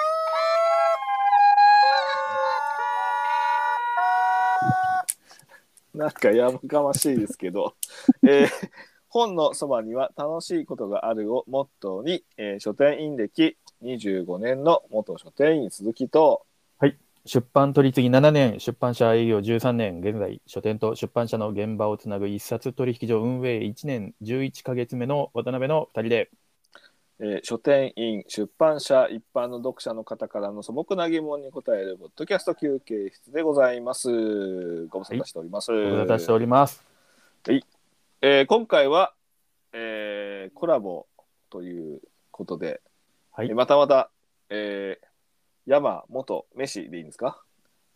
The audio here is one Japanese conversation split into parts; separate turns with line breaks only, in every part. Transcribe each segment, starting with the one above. なんかやばかましいですけど、えー本のそばには楽しいことがあるをモットーに、えー書店員歴25年の元書店員鈴木と、
出版取り次ぎ7年、出版社営業13年、現在、書店と出版社の現場をつなぐ一冊取引所運営1年11ヶ月目の渡辺の2人で、
えー書店員、出版社、一般の読者の方からの素朴な疑問に答えるポッドキャスト休憩室でございます。ご無沙汰しております。
お待たせしてお ります。
えー今回は、えーコラボということで、
はい
えーまたまた、えー、山元メシでいいんですか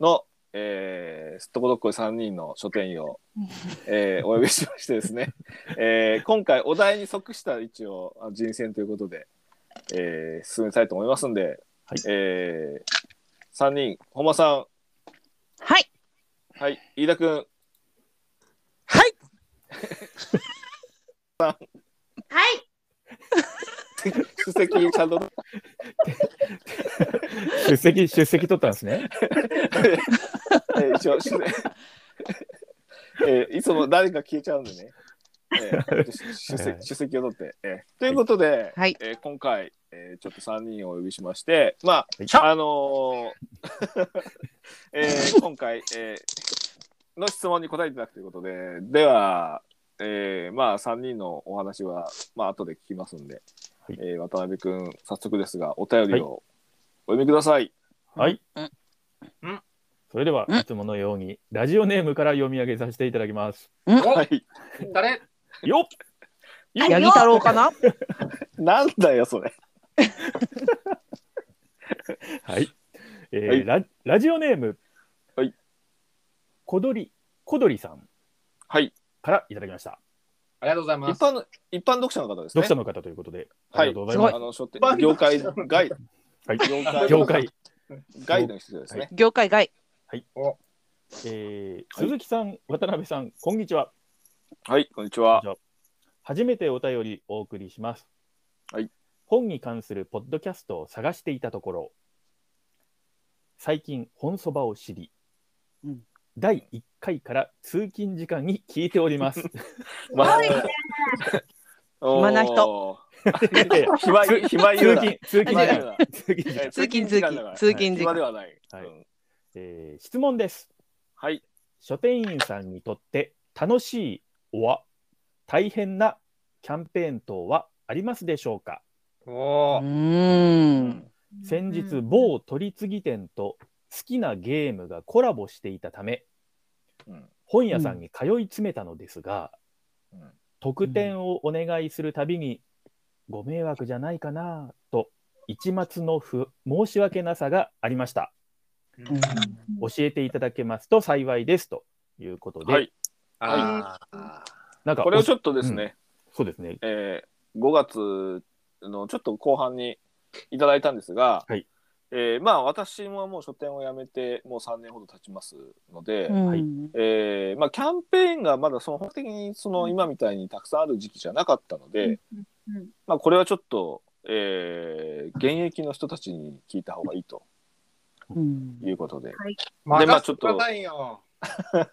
の、えー、すっとこどっこい3人の書店員 を、えーお呼びしましてですね、えー今回お題に即した一応あ人選ということで、えー進めたいと思いますんで、
はい
えー、3人本間さ
はい。
ん、はい、飯田君
はい。はい。
出席ちゃんと
出席、出席取ったんですね。
えー一応し えーいつも誰か消えちゃうんでね。え ー出
はいはい
席出席を取って、えーということで、
はい
えー今回、えーちょっと3人をお呼びしまして、ま
はい
あ、あのー えー今回、えーの質問に答えていただくということで、では、えーまあ、3人のお話は、まあ後で聞きますんで、
はい
えー渡辺君、早速ですが、お便りをお読みください。
はい
うん。
それでは、
うん
いつものように、ラジオネームから読み上げさせていただきます。
は、
はい誰
よっ
はい
ヤギ太郎かな。
なんだよ、それ。
はい。えー
はい
ララジオネーム、
はい、
小鳥、小鳥さん
はい。
からいただきました。
ありがとうございま
一
す。
般の一般読者の方ですね。
読者の方ということで、
は
あ
い、
りがとうございます。
あの書店
一般
業
読
界
者の方
外、
はい
業界
業界、
外の人ですね。
業界外。
えー
はい
鈴木さん、渡辺さん、こんにちは。
はい、こんにちは。
初めてお便りお送りします。
はい
本に関するポッドキャストを探していたところ、最近本そばを知り、
うん
第1回から通勤時間に聞いてお ります。
まあ
はい
おー
暇な人
いやいや
暇
通
暇言う
通
な。
勤通勤時
暇言う
間
なえ時間だから
通勤時間
通勤通勤。通勤時
暇で
間。
はない。
はい
うん
えー質問です。
はい。
書店員さんにとって楽しいおわ大変なキャンペーン等はありますでしょうか
う
おー
ーん。
先日某取り次ぎ店と好きなゲームがコラボしていたため
うん
本屋さんに通い詰めたのですが、
うん
特典をお願いするたびに、ご迷惑じゃないかなと一抹の不申し訳なさがありました
うん
教えていただけますと幸いですということで、
はい。
あ
なんか
これをちょっとですね、
そうですね
えー、5月のちょっと後半にいただいたんですが、
はい
えーまあ私ももう書店を辞めてもう3年ほど経ちますので、
はい
うん
えーまあ、キャンペーンがまだその本的にその今みたいにたくさんある時期じゃなかったので、まあ、これはちょっと、えー現役の人たちに聞いた方がいいと
うん
いうことで
ま
でまあ
あ
ち
ち
ょっ
ょっ
と
と。ないよ。
さ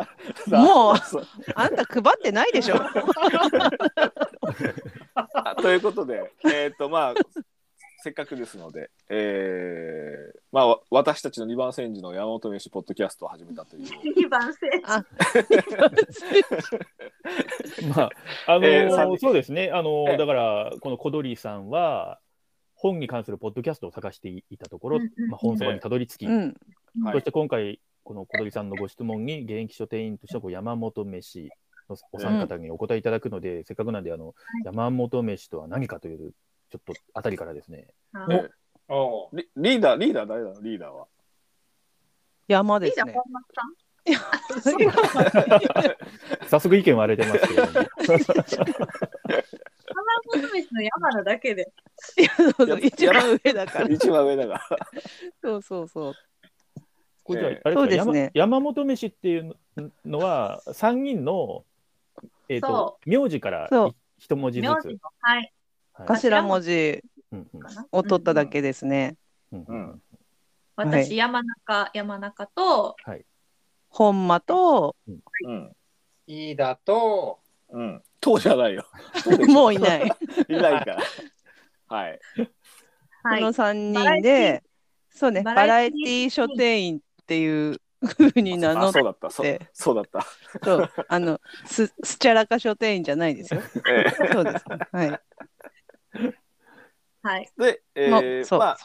あさあ
もう
そう
あんた配ってないでしょ。
あということで、えーとまあ、せっかくですので、えーまあ、わ私たちの二番煎じの山本飯ポッドキャストを始めたという、
2番線
まあ、あのー
えー三人
そうですね。あのー
ええ
だから、この小鳥さんは、本に関するポッドキャストを探していたところ、
うんうんうん
まあ、本そばにたどり着き、
うん。
は
そし
い
て今回、この小鳥さんのご質問に、現役書店員としてのこう山本飯のお三方にお答えいただくので、せっかくなんで、あの、山本飯とは何かという、ちょっとあたりからですね。
えー
おー
リリーダーリーダー誰だのリーダーは
山
い
で
いじ
す
ゃん
ね
本。間さん
早速意見割れてますけれども。
浜本飯の山名だけで
いやそうそう一番上だから。
一番上だが
そうそうそう。
これじゃあ
ええ
あれですか
そうですね
山山本飯っていうのは、3人の、えっ、と
そ、
名字から
そう
一文字ず
名
つ
字。のはい
はい
頭文字
うんうん
かな
を取っただけですね。
うんうん
うん
私山中山中と
はい
本間と、
うん。
いいだと、
うん。党じゃないよ。党でしょ
もういない。
いないから。はい。
こ
はい。
の
は
3
バラ
人
エティ
で、そうね、
バ
バラ
ラ
エ
エ
テ
テ
ィ
ィ
書店員っていうふうに名乗
あ、
っ
そうだった。そう
て、
そうだった。
そう、あの、す、すちゃらか書店員じゃないですよ。
え
そうです。はい。
い。
ーで、え
の
ー、
そう
まあ、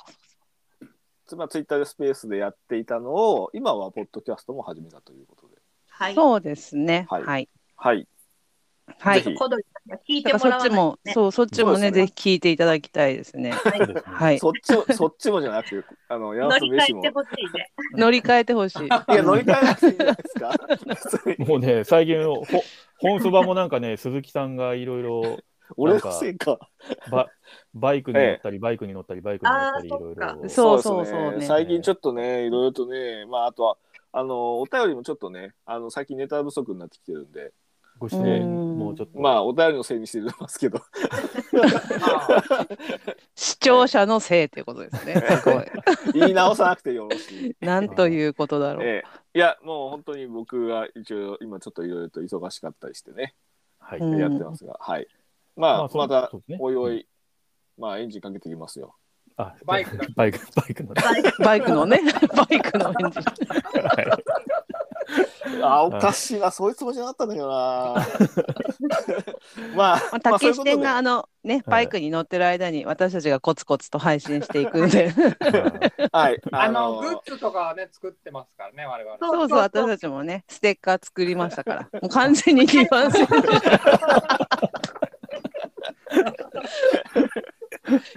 つまりツイッターでスペースでやっていたのを、今はポッドキャストも始めたということで。
はい。
そうですね。
はい
はい。
はい。
はい。
ぜひ
小鳥さんが聞い
だから
ても
そ
ら
っ
わ
ち
ない
も、そう、そっちも
そうで
ね、
すね
ぜひ聞いていただきたいですね。
そうですね
はい。
そっちを、 そっちもじゃなくて、あの、山
乗
本
り
飯
換
も。
えて
い
ほしいね。
乗り換えてほしい。
や、乗り換えなくていいんじゃないですか。別に
もうね、最近、ほ本そばもなんかね、鈴木さんがいろいろ
俺のせいか。
ババイクに乗ったり、バイクに乗ったり、バイクに乗ったり、い
あー
ろい
そっ
ろ。
そうそ
で
う
す
そうね
最近ちょっとね、いろいろとね、まあ、あとは、あの、お便りもちょっとね、あの、最近ネタ不足になってきてるんで、
ご質問
うん
もうちょっと。
まあ、お便りのせいにしてますけど、
視聴者のせいということで すね。すごい。
言い直さなくてよろしい。
なんということだろう。
ええ、いや、もう本当に僕が一応、今ちょっといろいろと忙しかったりしてね、
はい。
うん
やってますが、はい。まあ、
そう
また
そう、ですね
おいおい、まあ、エンジンかけてきますよ。
あ
バイクだ
バイク、バイク乗 った
バイク
バイクのね、 バイクのエンジン。
はい
あ、おかしいな、そういうつもりじゃなかったんだけ どな。まあ、
まあ、
まあそういう
竹
こ
支
とで
店があのね、バイクに乗ってる間に私たちがコツコツと配信していくんで、
はい、
あの、グッズとかはね、作ってますからね、我々。
そう
そうそう私たちもね、ステッカー作りましたから、もう完全に二番線。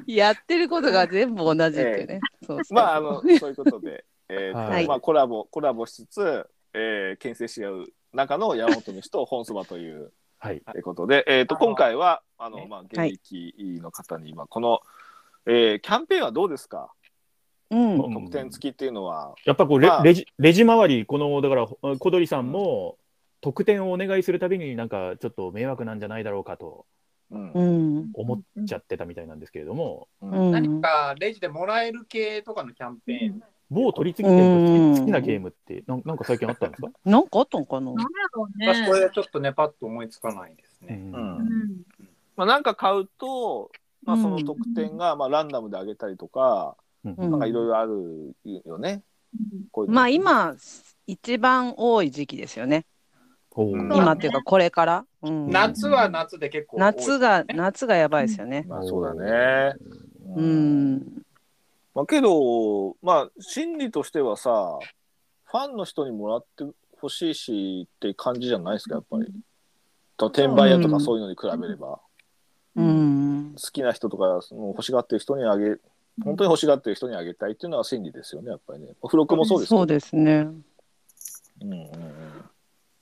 やってることが全部同じっていうね。そうそう
まあ、あの、そういうことで、えーと
はい
まあ、コラボ、コラボしつつ、えー、牽制し合う中の山本飯と本そばという
はい。
えーことで、えー、と
あー
今回は、あ
は
の、
い
まあ、現役の方に、まあ、この、えー、キャンペーンはどうですか
うん、
うん
特典付きっていうのは、
やっぱこうレ、
まあ
レジ、レジ回り、この、だから、小鳥さんも、特典をお願いするたびになんかちょっと迷惑なんじゃないだろうかと
うん
うん、
思っちゃってたみたいなんですけれども、
う
うん
ん
何、かレジでもらえる系とかのキャンペーン。
某取り次ぎ店
うん
と好きなゲームってなんなんか最近あったんですか、
なんかあったのかな。
なんだろう
私これ
ね。
ちょっとね、パッと思いつかないです
う
ね。
ん
うん
うん。
まあ、なんか買うと、まあ、
うん
その特典が、まあ、ランダムであげたりとか、
うん
なんかいろいろあるよね。こういうの
まあ、今一番多い時期ですよね。
おー
うん
今っていうかこれから。うん、
夏は夏で結構多い。
夏が夏がやばいですよね。
まあ、そうだね。
う
うん
ん。
まあ、けど、まあ、心理としてはさ、ファンの人にもらってほしいしって感じじゃないですか、やっぱり。と転売屋とかそういうのに比べれば、好
うん。
きな人とかもう欲しがってる人にあげ、本当に欲しがってる人にあげたいっていうのは心理ですよね、やっぱりね。付録もそうですけ
そ
ど。
うですね。
うんうんうん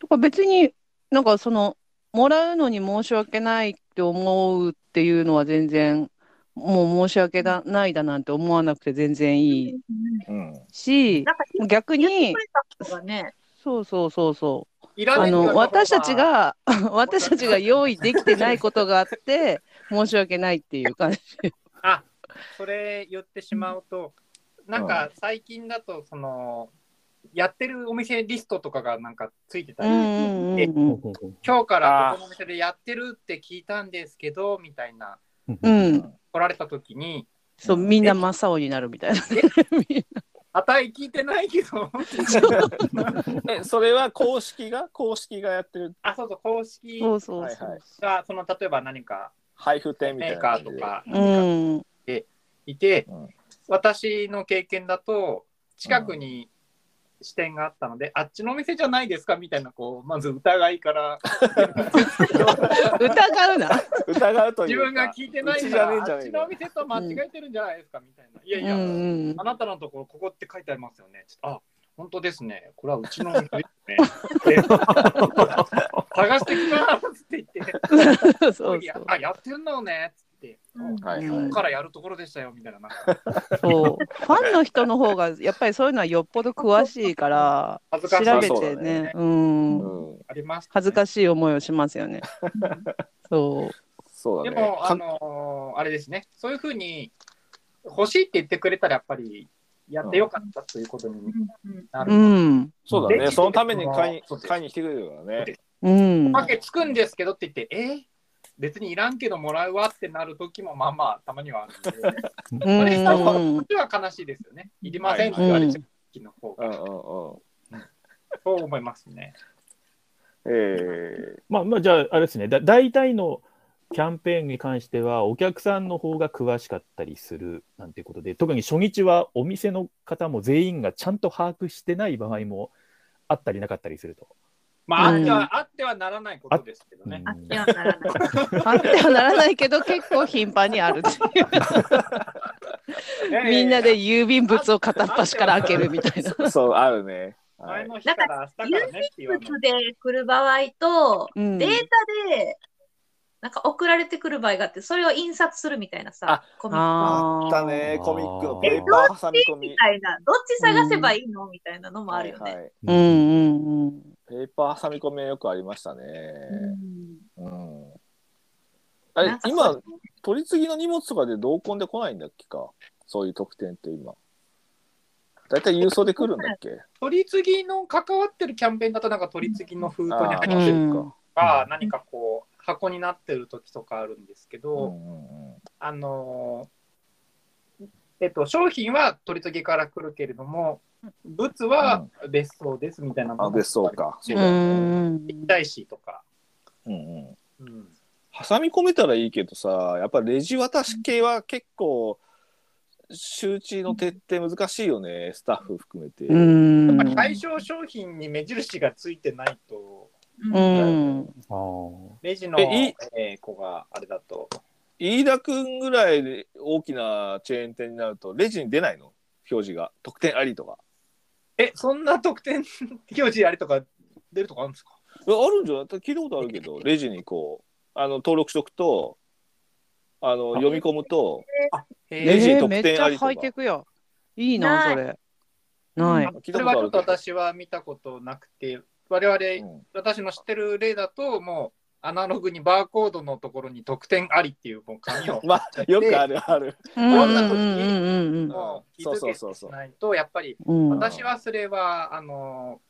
とか別になんかそのもらうのに申し訳ないって思うっていうのは全然もう申し訳だないだなんて思わなくて全然いい
うん
し
なんか
逆
言って
に
くれた人がね、
そうそうそうそ
いうら
あ
ねえって言われ
の
たことは
私たち、が 私たちが用意できてないことがあって申し訳ないっていう感じ。
あそれ言ってしまうと、なんか最近だと、その、やってるお店リストとかがなんかついてた
う
り、
んうんうん
今日からここのお店でやってるって聞いたんですけど、みたいな、
う
うん
ん、
取られた時に、
そうみんな真っ青になるみ たいな。
値聞いてないけど、
えそれは公式が公式がやってる
あ、そうそう、公式
そうそう
はい
そ。
はいう
が、その、例えば何か
配布店みたい
メー
な
カ
感
ー
じで
とか
うん
いて、
うん
私の経験だと、近くに支店があったので、あっちのお店じゃないですかみたいな、こう、まず疑いから、
疑うな。
疑うとい
自
うか
分が聞いてな
うち
い
じ
か
ゃねえ
ら、
んじゃ
あっ
ねえ
ち
か
のお店と間違えてるんじゃないですかみたいな。いや
う
い
ん
や、
うん
あなたのところ、ここって書いてありますよね。ちょっとあ本当ですね。これは うちのお店ですね。で探してきますって言って、
そうそう
いやあやってんのねっつって、
うん
こ
はい
うん
はい
こからやるところでしたよみたいな。なんか
そう。ファンの人の方が、やっぱりそういうのはよっぽど詳しいから、
恥ず
調
かしい
べてね、うん。
うん
あります、
恥ずか
し
しい思いをしますよね。そ
そう
で
だね
も、
か
あのーあれですね、そういうふうに欲しいって言ってくれたら、やっぱりやってよかったということに
うん
なる。
うん。
そうだ
レジ
ね。
で
そのために買いに
そうです
買いに来てくれるからね。
うん。
おまけつくんですけどって言って、えー別にいらんけどもらうわってなる時もまあまあたまにはあるので、こ
うん
れした方がこっちは悲しいですよね。いりませんって言われちゃう時の方
うん
が、
うんうん。
そう思いますね。
え
まあまあじゃああれですねだ大体のキャンペーンに関してはお客さんの方が詳しかったりするなんていうことで特に初日はお店の方も全員がちゃんと把握してない場合もあったりなかったりすると。
まあ、あ
う
っ
ん
てはあってはならないことですけどね。
あってはならない。
あってはならないけど結構頻繁にあるっていうみんなで郵便物を片っ端から開けるみたいな。
ー、そう、あるね。は
前
い。
の日から明日からねって言わ
物
ない。
で来る場合と、
うん
データでなんか送られてくる場合があって、それを印刷するみたいなさ、コミック
あ
あ
っ
ー
たね。コミックのペ
え
ーパー挟み込み
み。たいな、どっち探せばいいのみたいなのもあるよ
は
ね。
いはい。
うんうんうん。
ペーパー挟み込みはよくありましたね。
うん
うん。あれ
なんか
今
そ、
取り次ぎの荷物とかで同梱で来ないんだっけかそういう特典って今。だいたい郵送で来るんだっけ
取り次ぎの関わってるキャンペーンだとなんか取り次ぎの封筒に入っ
あ
てる
ー
うん
そっか
とか
う、ん
何かこう箱になってる時とかあるんですけ
う
ど、
んうんうん
あのーえっと、商品は取り次ぎから来るけれども、物は別荘ですみたいな
あ、別荘。か。そう
う
だよね。
ん
一大師とか。
うんうん
うん
挟み込めたらいいけどさ、やっぱレジ渡し系は結構、周知の徹底難しいよね、スタッフ含めて。
うんうん。
やっぱり対象商品に目印がついてないと、
うん
うん。
あー
レジの、
えい
えー子があれだと、
飯田君ぐらいで大きなチェーン店になると、レジに出ないの表示が。特典ありとか。
え、そんな特典 表示あれとか出るとかあるんですか
えあるんじゃない聞いたことあるけ ど、レジにこう、あの登録しとくと、あの読み込むと、レジ
えー
えー
特典
めっち
あ
ゃ
りとか
ハイテクや。いいな、それ。ない。
聞い
そ
たこと
れは
あ
ちょ
るけ
っと
ど
私は見たことなくて、我々、
うん。
私の知ってる例だと、もうアナログにバーコードのところに特典ありっていうもう紙を
まあ、よくあるある。
うんうんうん
もう気
そう
づ
そう
け
そう
て
そう
しないと、やっぱり
うんうん。
私はそれは、あの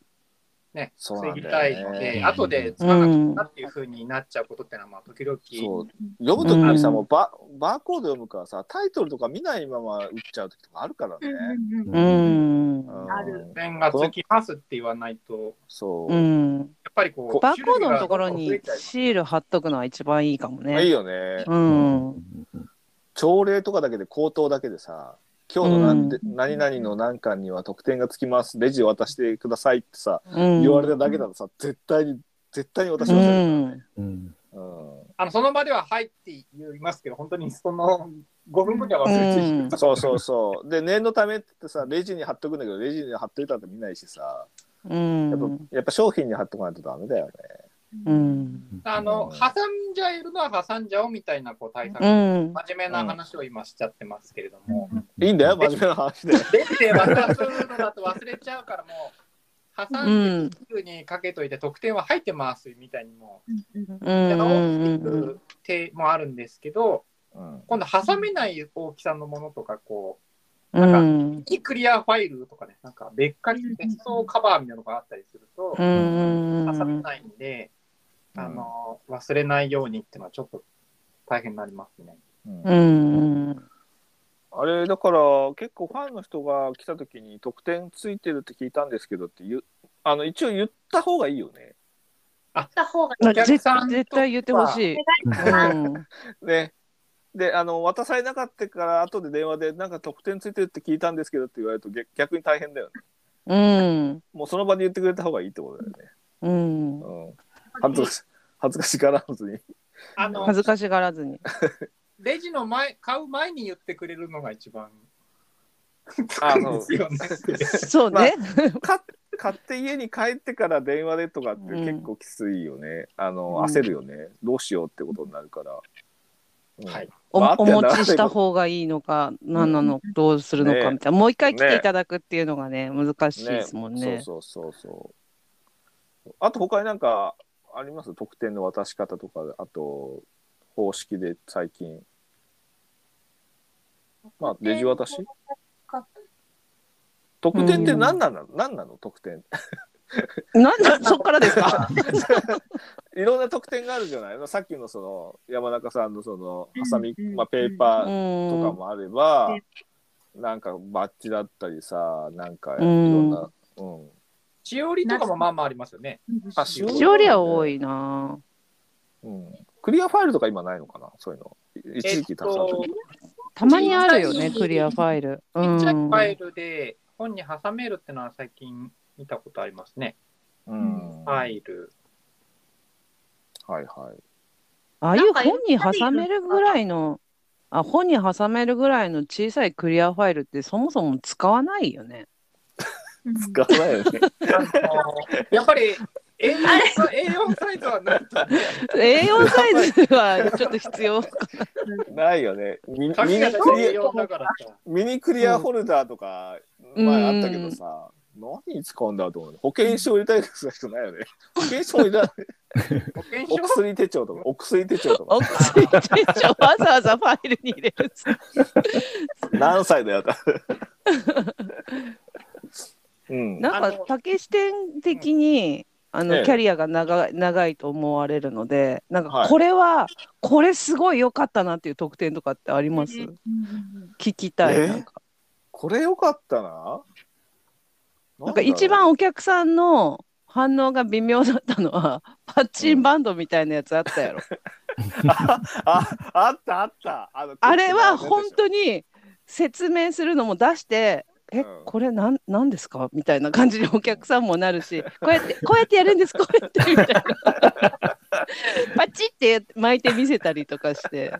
ね、
そう
防
なん
ぎ
だ
たい
よね
ので、
うん
後でつかなくなっていうふうになっちゃうことってのは、まあ、時々、
そう読むときにさ、
うん
もうババーコード読むからさ、タイトルとか見ないまま打っちゃうときとかあるから
うん
ね。
うんうん
うん。
うん
ある
特典がつきますって言わないと、や
そうう。
ん。
っぱりこう、
バーコードのところ
種
に
類が増えちゃいます
シール貼っとくのは一番いいかも
まあいい
ね。
よね。
うん。うん
朝礼とかだけで口頭だけでさ、今日のなんで、
うん
何々の何巻には特典がつきます、レジを渡してくださいってさ、言
言
われただけだとさ、絶対に、絶対に渡し
う
ません。
ん。
うん
うん
あのその場では入って言いますけど、本当にその5分後には忘れてしまう。
そうそうそう。で、念のためって言ってさ、レジに貼っとくんだけど、レジに貼っといたって見ないしさ、
うん
やっぱやっぱ商品に貼っとかないとダメだよね。
うん。
あの挟んじゃえるのは挟んじゃおうみたいなこう対策、
うん。
真面目な話を今しちゃってますけれども、
いいんだよ、真面目な話で。
レジで渡すのだと忘れちゃうから、もう、挟んで、すぐにかけといて、得点は入ってますみたいにも、
う
うん手
うん
の手もあるんですけど、
うん
今度、挟めない大きさのものとか、こ
う
なんう、キクリアファイルとかね、なんか別かに別荘カバーみたいなのがあったりすると、
うん
挟めないんで、あの忘れないようにっていうのは、ちょっと大変になりますね。
うん
うん
あれ、だから、結構ファンの人が来た時に、特典ついてるって聞いたんですけどって言う、あの、一応言った方がいいよね。
した方がいい。
お客
絶
さんと
絶対言ってほしい。うん
ね。で、あの、渡されなかったから、後で電話で、なんか特典ついてるって聞いたんですけどって言われると、逆逆に大変だよね。
うん
もうその場で言ってくれた方がいいってことだよね。
うん
うん。恥ずかし、恥ずかしがらずに。
あの
恥ずかしがらずに。
レジの前買う前に言ってくれるのが一番
あ
そうですよね。
そうね。
買っ 買って家に帰ってから電話でとかって結構きついよね、あ
う
の
ん
焦るよね、どうしようってことになるから、うん
はい
お
まあ
お持ちした方がいいのか、何なの、どうするのかみたいな、もう一回来ていただくっていうのがね、難しいですもんね。
そうそうそうそうあと他になんかあります特典の渡し方とかあと方式で最近まあレジ渡し特典って何なの、何なの特典
なんだ、そっからですか。
いろんな特典があるじゃないのさっきのその山中さんのそのハサミ、
うんうん
まあ、ペーパ
う
ーと
ん
かもあれば、なんかバッジだったりさなんかいろんな、うん
しおりとかもまあまあありますよね。
あしお
しおりは多いな。
うん、クリアファイルとか今ないのかなそういうのい一時期たくさんあったけど
たまにあるよね、クリアファイル。う
ちっちゃいフ
ん。
ァイルで本に挟めるってのは最近見たことありますね。
うん
ファイル。
はいはい
ああいう本に挟めるぐらいの、あ、本に挟めるぐらいの小さいクリアファイルってそもそも使わないよね。
使わないよね
あのやっぱり A4 サイ A4 サイズはないとね
A4 サイズはちょっと必要。
ないよねミミ
紙が
ニ
だ
ク
け
リア
A4 だからさ。
ミニクリアホルダーとか
うん
前あったけどさ、何に使うんだと思うの保険証入れたい人しかないよね保険証入れたい
保険証
お薬手帳とかお薬手帳とか
お薬手帳わざわざファイルに入れる。
何歳だ よだうん
なんか
あの
竹視点的にあ
え
の
え
キャリアが長い長いと思われるので、なん
は
か
い
これはこれすごい良かったなっていう特典とかってあります？聞きた
え
い。なんか
これよかったなな
なんんか
だろう
一番お客さんの反応が微妙だったのはパッチンバンドみたいなやつあったやろ。
ああったあったあの
あれは本当に説明するのも出して。え
うん
これなんなんですかみたいな感じにお客さんもなるしこうやってこうやってやるんですこうやってみたいなパチって巻いて見せたりとかして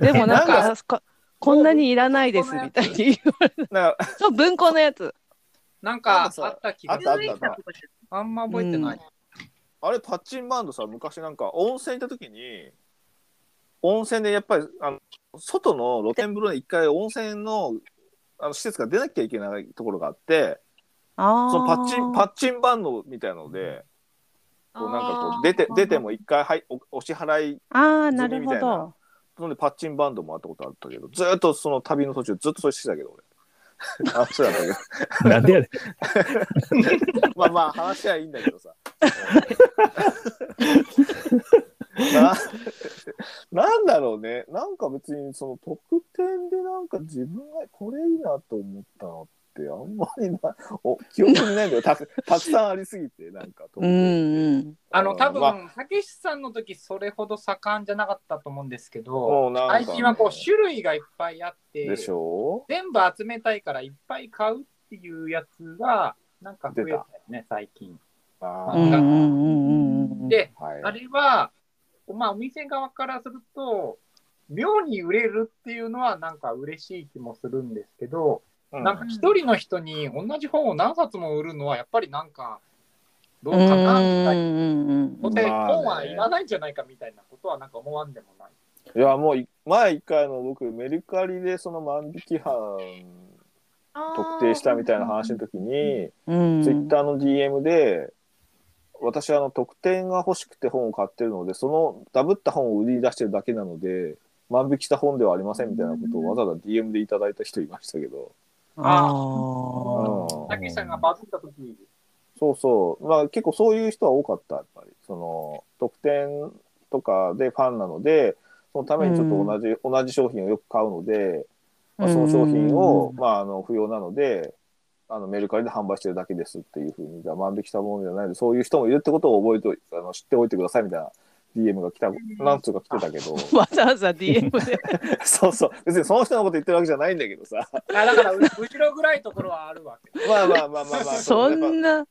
でもなん
なん
かここんなにいらないですみたいに言われ
なんか
そう文庫のやつ
なん
なん
か
かさ
あった気がす
あ
る。
ったあった
あんま覚えてない。
あれパッチンバンドさ昔なんか温泉行った時に温泉でやっぱりあの外の露天風呂に一回温泉のあの施設から出なきゃいけないところがあって
あー
そのパッチンパッチンバンドみたいのでこうなんかこう出て出ても一回、はい、おお支払い
あーなる
みた
ほ
いな
ど
のでパッチンバンドもあったことあったけどずーっとその旅の途中ずっとそれしてたけど俺 あそうなんだけ
なんでやね
ど
ん
まあまあ話はいいんだけどさ ななんだろうねなんか別にその特典でなんか自分がこれいいなと思ったのってあんまりなお記憶にないんだよたくたくさんありすぎてなんか特
う
典
んうん
あの多
ま
分たけしさんの時それほど盛んじゃなかったと思うんですけど、
もうなんかね
最近はこう種類がいっぱいあって、
でしょ
全部集めたいからいっぱい買うっていうやつがなんか増えたよね最近。
うあ
う
ー
んうんうんうんうん
で、
はい
あれは、まあ、お店側からすると、妙に売れるっていうのはなんか嬉しい気もするんですけど、
うん
なんか一人の人に同じ本を何冊も売るのはやっぱりなんかどうかなみたいな。
うんうんうん
ほんで本はいらないんじゃないかみたいなことはなんか思わんでもない。
いやもうい前一回の僕メルカリでその万引き犯特定したみたいな話の時に、
うん
ツイッターの DM で私あの特典が欲しくて本を買ってるのでそのダブった本を売り出してるだけなので万引きした本ではありませんみたいなことをわざわざ DM でいただいた人いましたけど、
あ
うん
ー
たけしさんがバズった時
そうそうまあ結構そういう人は多かったやっぱりその特典とかでファンなのでそのためにちょっと同じ、同じ商品をよく買うのでまあ、その商品を、まあ、あの不要なのであのメルカリで販売してるだけですっていうふうにじゃあ万引きしたものじゃないのでそういう人もいるってことを覚えておいあの知っておいてくださいみたいな DM が来たなんつうか来てたけど
わざわざ DM で
そうそう別にその人のこと言ってるわけじゃないんだけどさ
あだからう後ろぐらいところはあるわけ。
まあまあまあ まあまあ
そ
のやっ
んな
ぱ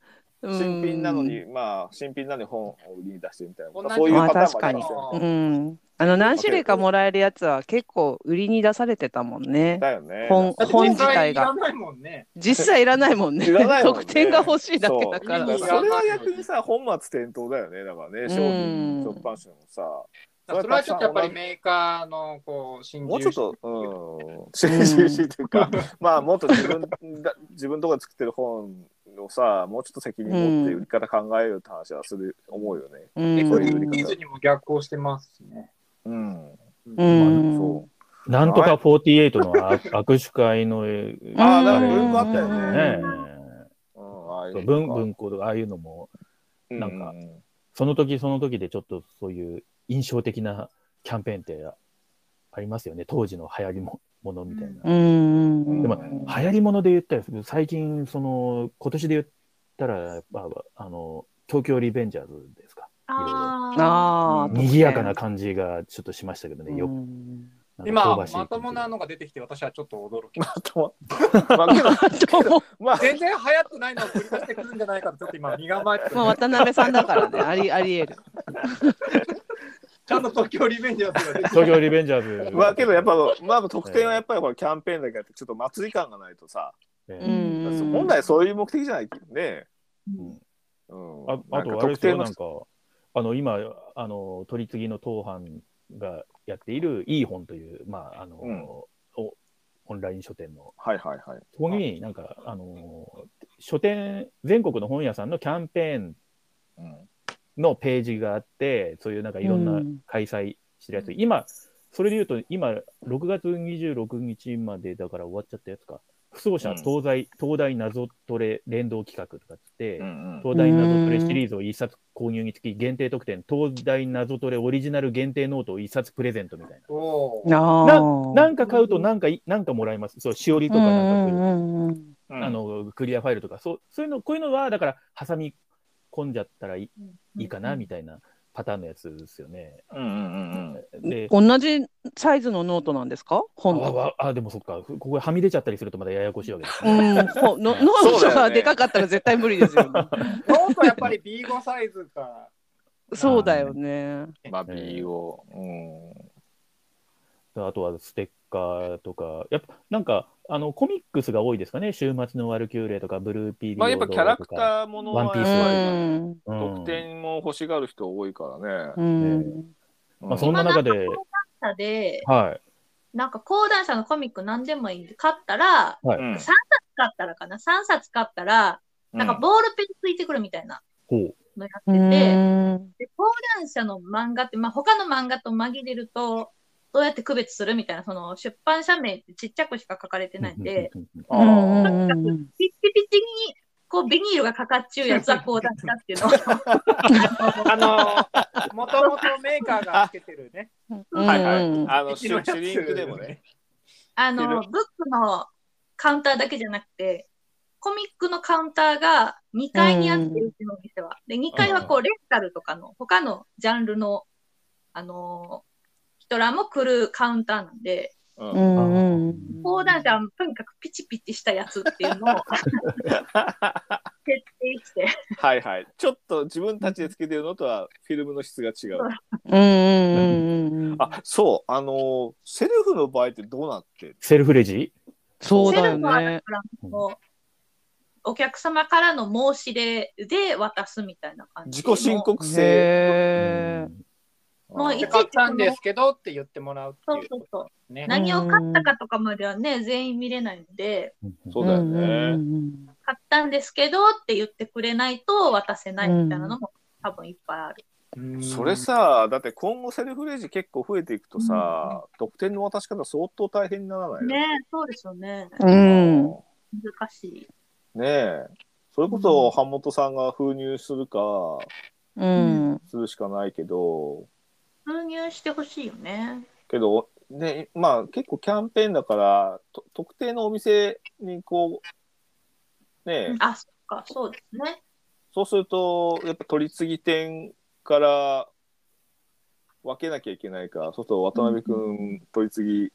新品なのにまあ新品なのに本を売りに出してみたいな、
同じ
そういうパターンもあり
ま
ま
あ
すよ
確
う
ね。
ん、あの何種類かもらえるやつは結構売りに出されてたもんね。
だよね。
本本自体
いら
が
ないもんね。
実際いらないもんね。
いらないもんね
得点が欲しいだけだ
だ
から
から
そう。
それは逆にさ本末転倒だよねだからね商
う
品
ん
出版社もさ
それはちょっとやっぱりメーカーのこう新
もうちょっと、うん、CCC というか、まあ、もっと自分だ自分とかで作ってる本をさ、もうちょっと責任持って売り方考えるって話はする、思うよね。
う
エ
そ
コ
う
ニ
い
ー
う売り方
ニーズにも逆行してますしね。
うん。
う
まあ、で
ん
も
なんとか48のあ握手会のえ
そう。ああ、
うん
なんか文庫あったよね。
ねえ
あ
そう文文庫とかああいうのもなんかその時その時でちょっとそういう印象的なキャンペーンってありますよね当時の流行りもものみたいな、
うんうんうん
でも流行りもので言ったら最近その今年で言ったら、まあ、あの東京リベンジャーズですか
ああ。
ああ、
賑やかな感じがちょっとしましたけどね、よ
う
く
ん
今、まともなのが出てきて、私はちょっと驚きまし
とまあけど
と思う
まあ
た。全然流行ってないのを繰り返してくるんじゃないかと、ちょっと今、身 構えてた
まあ、渡辺さんだからね、あり、あり得る。
ちゃんと東京リベンジャーズが出てき
東京リベンジャーズ。
まあけどやっぱ、まあ、得点はやっぱりこれキャンペーンだけあってちょっと祭り感がないとさ、
え
う
え
んうん。
本来そういう目的じゃないけどね、うん、
あ
な
あ
んか
とあれ
特
です
定
よ
の
なんかあの今あの取り次ぎの当班がやっているいい本というまああの、
うん
おオンライン書店の
はいはいはい
そこになんかあの書店全国の本屋さんのキャンペーン
うん
のページがあってそういうなんかいろんな開催してるやつ、今それでいうと今6月26日までだから終わっちゃったやつか不走者東大、東大謎トレ連動企画とかっつって、
うんうん
東大謎トレシリーズを一冊購入につき限定特典東大謎トレオリジナル限定ノートを一冊プレゼントみたい
た。お
あ
ー
な。
ー
なんか買うとなんかいなんかもらえます。そうしおりとかなんか
う
そうんいう
うんうん
うん
あのクリアファイルとかそうそういうのこういうのはだから挟み込んじゃったらいいいいかなみたいなパターンのやつですよね。
うんうんうんうん
で。
同じサイズのノートなんですか
あ
本と。
わあでもそっかここはみ出ちゃったりするとまだややこしいわけです
う
ね。
ん、ほのノートがでかかったら絶対無理ですよね。
ノートはやっぱり B5 サイズか。
そうだよね。
まあ B を、うん、
あとはステッカーとかやっぱなんかあのコミックスが多いですかね「週末のワルキューレ」とか「ブルーピーリオド」とか。
まあやっぱキャラクターもの
ワン
う
ピース
は
ん。
うん
得点も欲しがる人多いから
う
ね、
ん。
うん
まあそんな中で、
なんかで、
はい。
なんか講談社のコミック何でもいいんで、買ったら、
はい
うん
買ったらかな、3冊買ったら、なんかボールペンついてくるみたいな
ほう。
のや
う
ってて、
ん
で講談社の漫画って、まあ、他の漫画と紛れると、どうやって区別するみたいな、その出版社名ってちっちゃくしか書かれてないんで、
うんうんうんうん、
あ
う
ー
んうんうん
ピッチピチに、こう、ビニールがかかっちゅうやつ は講談社っていうのを
あの、もともとメーカーがつけてるね。
うん
はいはい、
うん
あのシュシュリンクでもね。
あの、ブックのカウンターだけじゃなくて、コミックのカウンターが2階にあって、うちのお店は。で、2階はこう、レンタルとかの、他のジャンルの、あのー人らも来るカウンターなんで、
うん
うんうんうん
講談社はとにかくピチピチしたやつっていう のを徹底して、
はいはいちょっと自分たちでつけてるのとはフィルムの質が違う
うんうんうん。
あそうあのーセルフの場合ってどうなってる
セルフレジ
そうだよ
セルフはだ
ね。
からもうお客様からの申し出で渡すみたいな感じ
自
の。
己申告制
へえ。
もう
あー
い
で
ち
買ったんですけどって言ってもらう
そう
ってい
そうそう。
うね。
何を買ったかとかまではね、全員見れないので、
そうだよね
ん
買ったんですけどって言ってくれないと渡せないみたいなのも多分いっぱいある。
それさだって今後セルフレジ結構増えていくとさ、得点の渡し方相当大変にならない
ねえそうですよね。
うん。
難しい。
ねえそれこそ版元さんが封入するか
うん。
するしかないけど
封入してほしいよね。
けどねまあ結構キャンペーンだからと特定のお店にこうねえ、
あ、そっか、そうですね。
そうするとやっぱ取り次ぎ店から分けなきゃいけないからそうすると渡辺君、ん、取り 次ぎ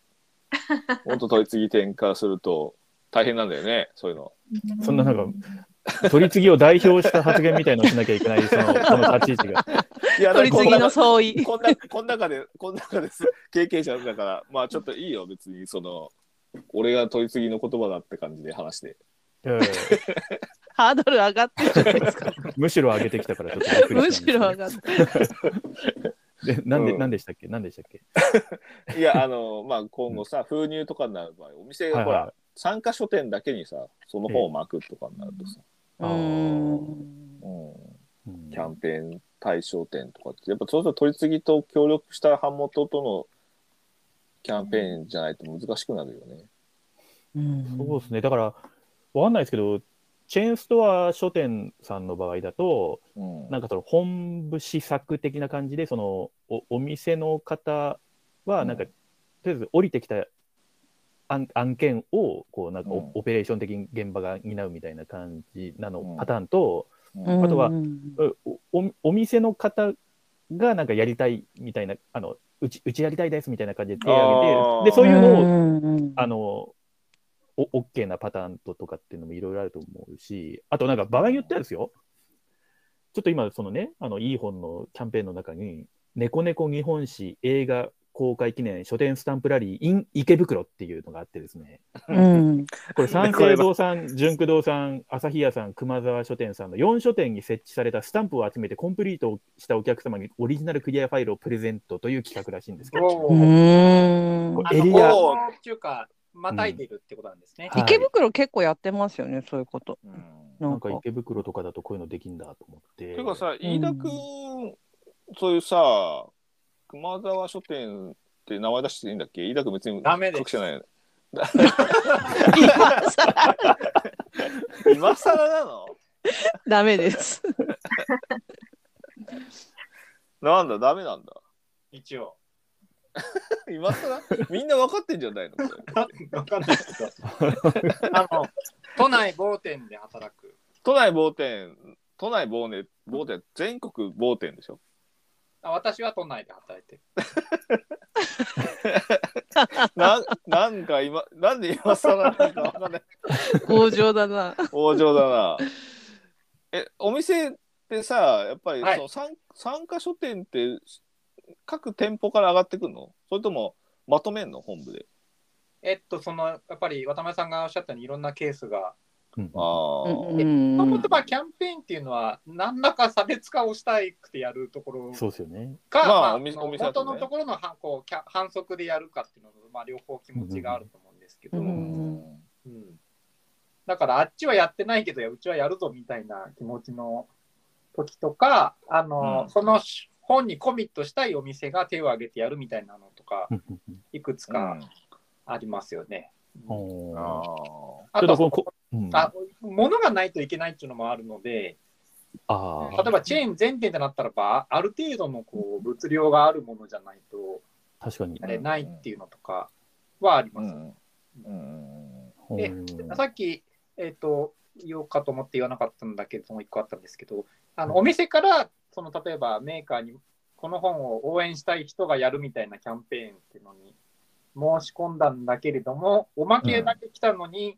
元取り次ぎ店からすると大変なんだよねそういうの。
そんななんか取り次ぎを代表した発言みたいのをしなきゃいけない、 そのその立ち位置が。
いや
取り次ぎの相違。
こんなこん中でこん中です経験者だからまあちょっといいよ別にその俺が取り次ぎの言葉だって感じで話して
いやいや
ハードル上がってるじゃないですか。
むしろ上げてきたから、ちょっとびっくり
む
し
したろ
ん
上
です
がってる。
けどでなんで、
うん
なんでしたっけなんでしたっけ
いやあのまあ今後さ封入とかになる場合お店がほら、
はいはい
参加書店だけにさその本を巻くとかになるとさ、
あ
う
ー
ん。
うん、
うん
キャンペーン対象店とかってやっぱそうすると取り次ぎと協力した版元とのキャンペーンじゃないと難しくなるよね。
そうですね。だから、わかんないですけど、チェーンストア書店さんの場合だと、
うん
なんかその本部試作的な感じで、そのおお店の方は、なんか、
うん
とりあえず降りてきた案案件を、こう、なんかオ,、
うん
オペレーション的に現場が担うみたいな感じな
う
の
ん
パターンと、
うん
あとは
うんうん
うおお店の方がなんかやりたいみたいな、あのうちうちやりたいですみたいな感じで手を
あー
挙げて、でそういうのを
んうん
あの、お、OK なパターンととかっていうのもいろいろあると思うし、あとなんか場合によってはですよ、ちょっと今、そのね、あの、いい本のキャンペーンの中に、猫猫日本史映画公開記念書店スタンプラリー in 池袋っていうのがあってですね、
うん
これ三省堂さん、純駆堂さん、旭屋さん、熊沢書店さんの4書店に設置されたスタンプを集めてコンプリートしたお客様にオリジナルクリアファイルをプレゼントという企画らしいんですけど、
お
う
ー
ん
こ
あ
れエ
の
リア、
放送っていうか、またいでるってことなんですね。
はい
池袋結構やってますよね、そういうこと。
うん
な
なんん
か
か池袋とかだとこういうのできんだと思って。
ていうかさ、飯田君、そういうさ、熊沢書店って名前出していいんだっけ飯田君別に
ダメです
隠してないよね。
今更
今更なの
ダ メです。
なんだ、ダメなんだ。
一応。
今更みんな分かってんじゃないのこれ
わかんないけど。あの、都内某店で働く。
都内某店、都内某ね、某店、全国某店でしょ
あ私は都内で働いてる。
ななんか今、なんで今更なんか分かんない。
強情だな。
往生だな。 え、お店ってさ、やっぱり
はい
その参、参加書店って各店舗から上がってくるのそれともまとめんの本部で。
えっと、その、やっぱり渡辺さんがおっしゃったように、いろんなケースが
うん
ああ、
もとも
も
とまあキャンペーンっていうのは、何らか差別化をしたいくてやるところ
そうですよね。
か、
まあ
まあ、
お店お店だと
元
ね
のところの反こうキャ反則でやるかっていうのと、まあ、両方気持ちがあると思うんですけど、
う
うんん
うん
だからあっちはやってないけど、うちはやるぞみたいな気持ちの時とか、あの
うん
その本にコミットしたいお店が手を挙げてやるみたいなのとか、いくつかありますよね。うん
うん
あ
あ
ー
あ
ちょっと
と
ここ、うん、あ
あ物がないといけないっていうのもあるので、
あ
例えばチェーン全店ってなったらば、ある程度のこう物量があるものじゃないと、
確かに
あ。れないっていうのとかはあり
ーう
ます。
んうん
で
うん
さっき、えっと言おうかと思って言わなかったんだけど、もう一個あったんですけど、あのお店からその例えばメーカーにこの本を応援したい人がやるみたいなキャンペーンっていうのに申し込んだんだけれども、おまけだけ来たのに、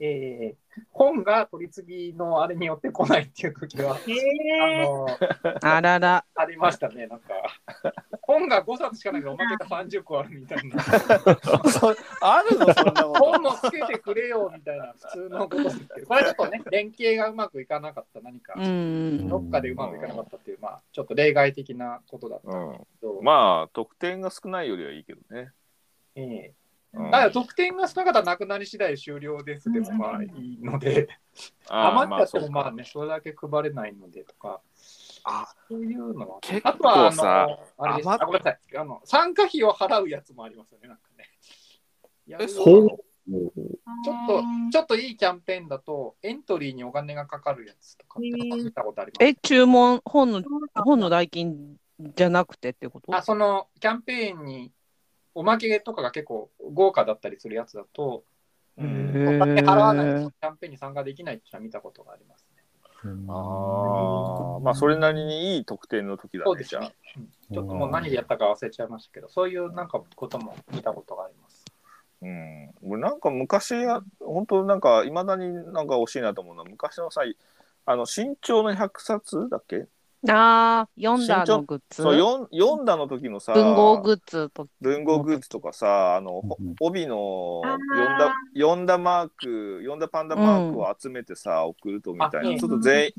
えー本が取り次ぎのあれによって来ないっていう時は、あ
え
の
あらら。
ありましたね、なんか。本が5冊しかないからおまけが30個あるみたいな。
そあるのそんなこ
本もつけてくれよみたいな普通のことですけど、これちょっとね、連携がうまくいかなかった、何か
う、ん
どっかでうまくいかなかったっていう、まあ、ちょっと例外的なことだったけ
と、 う
ど、
ん、まあ得点が少ないよりはいいけどね、
ええ
うん
だから得点が少なかったらなくなり次第終了ですでもまあいいので、
あー
余っちゃ
そ
っても
う
ま
か
あね、それだけ配れないのでとか、
あ
そういうのは、
結構
あとはあ
さ
の、あれです
余っ
あごめんなさいあの、参加費を払うやつもありますよね、なんかね。やる
え
よ
そうなの
ちょっと、ちょっといいキャンペーンだと、エントリーにお金がかかるやつとかって見たことあります。
え、注文、本の、本の代金じゃなくてってこと
あそのキャンペーンにおまけとかが結構豪華だったりするやつだと、
う
へ
ん
お金
ー
払わないとキャンペーンに参加できないっていうのは見たことがありますね。
あーまあそれなりにいい得点の時だ
そう
ね
で
じ
す
ゃあ
ね。うんちょっともう何でやったか忘れちゃいましたけど、そういうなんかことも見たことがあります。
うん、俺なんか昔や本当なんかいまだになんか惜しいなと思うのは昔のさあの新潮の100冊だっけ
あー、読んだのグッズ。
そう読ん読んだの時のさ
文豪グッズと。
文豪グッズとかさあのほ
うん
帯の
あー
読んだ読んだマーク読んだパンダマークを集めてさ、送るとみたい
あう
なんちょっと全員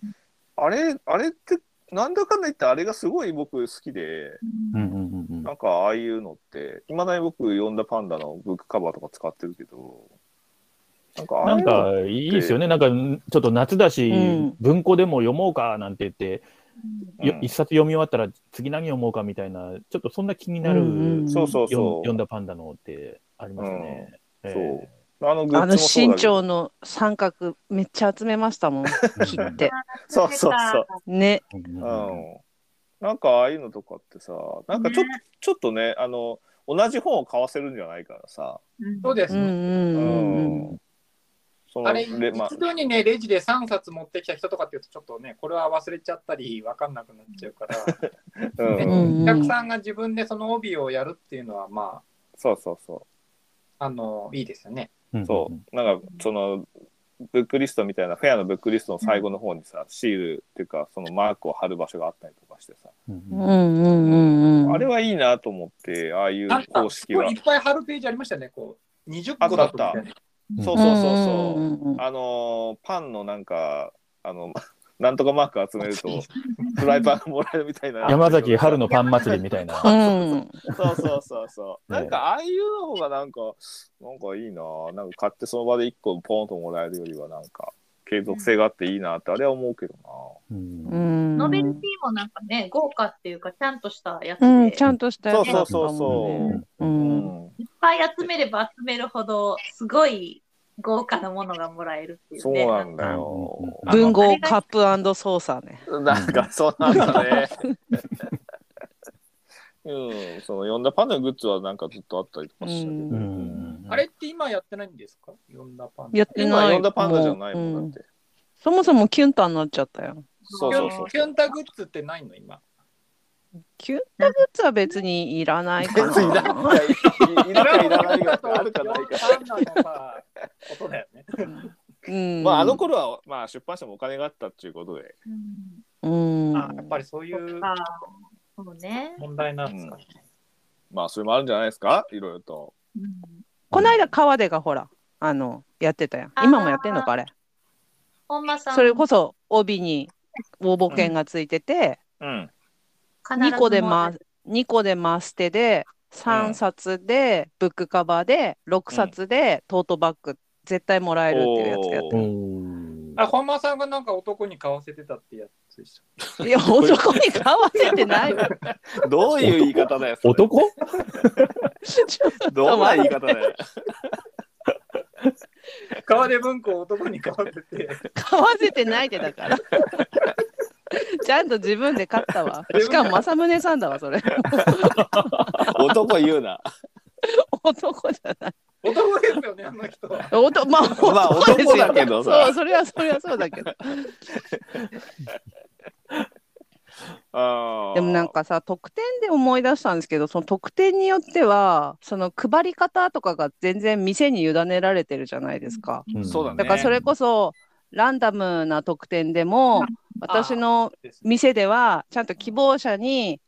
あれあれってなんだかんだ言ってあれがすごい僕好きで
うんうんうんうん
なんかああいうのっていまだに僕読んだパンダのブックカバーとか使ってるけどなんかあ
な
あい
ん
うの
かいいですよね、なんかちょっと夏だし、
うん
文庫でも読もうかなんて言って、よ
うん
一冊読み終わったら次何読もうかみたいな、ちょっとそんな気になる、
うんうん
そうそう
よん
そう
読んだパンダのってありますね。
そう。あのグ
あ
ッズ
の
もそう
身
だけど
長の三角めっちゃ集めま したもん切って
そうそうそう
ね
うん
うんなんかああいうのとかってさなんかちょ,、
ね
ちょっとねあの同じ本を買わせるんじゃないからさ、
うん
そうで
う
す
んう
う
ね。
ん
うんうん
その
あれ、
レまあ
一度にね、レジで3冊持ってきた人とかっていうと、ちょっとね、これは忘れちゃったり、分かんなくなっちゃうから、
うん
うん
お客さんが自分でその帯をやるっていうのは、ま
そうそうそ
あ、あの、いいですよね。
う
うんそうなんかそのブックリストみたいなフェアのブックリストの最後の方にさシールっていうかそのマークを貼る場所があったりとかしてさ、
うん
うんうんうんうん
あれはいいなと思ってああいう
なんか、
公式は
すごいいっぱい貼るページありましたね、こう、20個だったみたいな。
ぱい
そうそうそう
う
そうん
うんうん
あのーパンのなんかあの なんとかマーク集めるとフライパンがもらえるみたいな
山崎春のパン祭りみたいな。
うん
そうそうそうそう。
ね
なんかああいうのがなんか、なんかいいなぁ。なんか買ってその場で一個ポンともらえるよりはなんか継続性があっていいなってあれは思うけど
うん
うん
ノベルティもなんかね、豪華っていうか、ちゃんとしたやつ
う
で、
ん、
い
ちゃんとしたやつだったもん
そ
ね
う
そう
う
そうん
な。
ん。
っぱい集めれば集めるほど、すごい豪華なものがもらえるっ
う
てい
ん。
う
そう
ね。
なんだよ。
文豪カップソーサーね。
なんかそうなんだね。 うん、その読んだパンのグッズはなんかずっとあったりとかしたけど、
うん
うん
あれって今やってないんですか読んだパンダ。
やって
今
ない。
読んだパンダじゃないもん
う
だ
う
って、
そもそもキュンタになっちゃったよ。
そうそうそう
キュンタグッズってないの今。
キュンタグッズは別にいらないか
別にいら
な。
ないいらないいらないがあるかないか
パンダのさ、ことだよね。
うん、
まああの頃はまあ出版社もお金があったっていうことで、
うん
うん、
あやっぱりそういう
ああ、そうね。
問題なんですかね。
まあそれもあるんじゃないですか、いろいろと。
うん
この間川出がほらあのやってたやん。今もやってんのかあれ。
本間さん、
それこそ帯に応募券がついてて、
うん。
必ず
2個で
も
ま2個でマステで3冊でブックカバーで6冊でトートバッグ絶対もらえるっていうやつやって
おー
うん
あ、本間さんがなんか男に買わせてたってやつでした。
いや、男に買わせてないわ。
どういう言い方だよ。それ
男
どういう言い方だよ。
川出文庫を男に買わせて、
買わせてないでだから。 ちゃんと自分で買った わ。しかも正宗さんだわ、それ。
男言うな。
男じゃない。
男ですよね、あの人は。
男、まあ、
まあ
男です
男
よ
だけど
そ
さ
う、。それはそれはそうだけど。
あー
でもなん。かさ、特典で思い出したんですけど、その特典によっては、その配り方とかが全然店に委ねられてるじゃないですか。
そうだね
だからそれこそ、ランダムな特典でも、私の店では、ちゃんと希望者に、
うん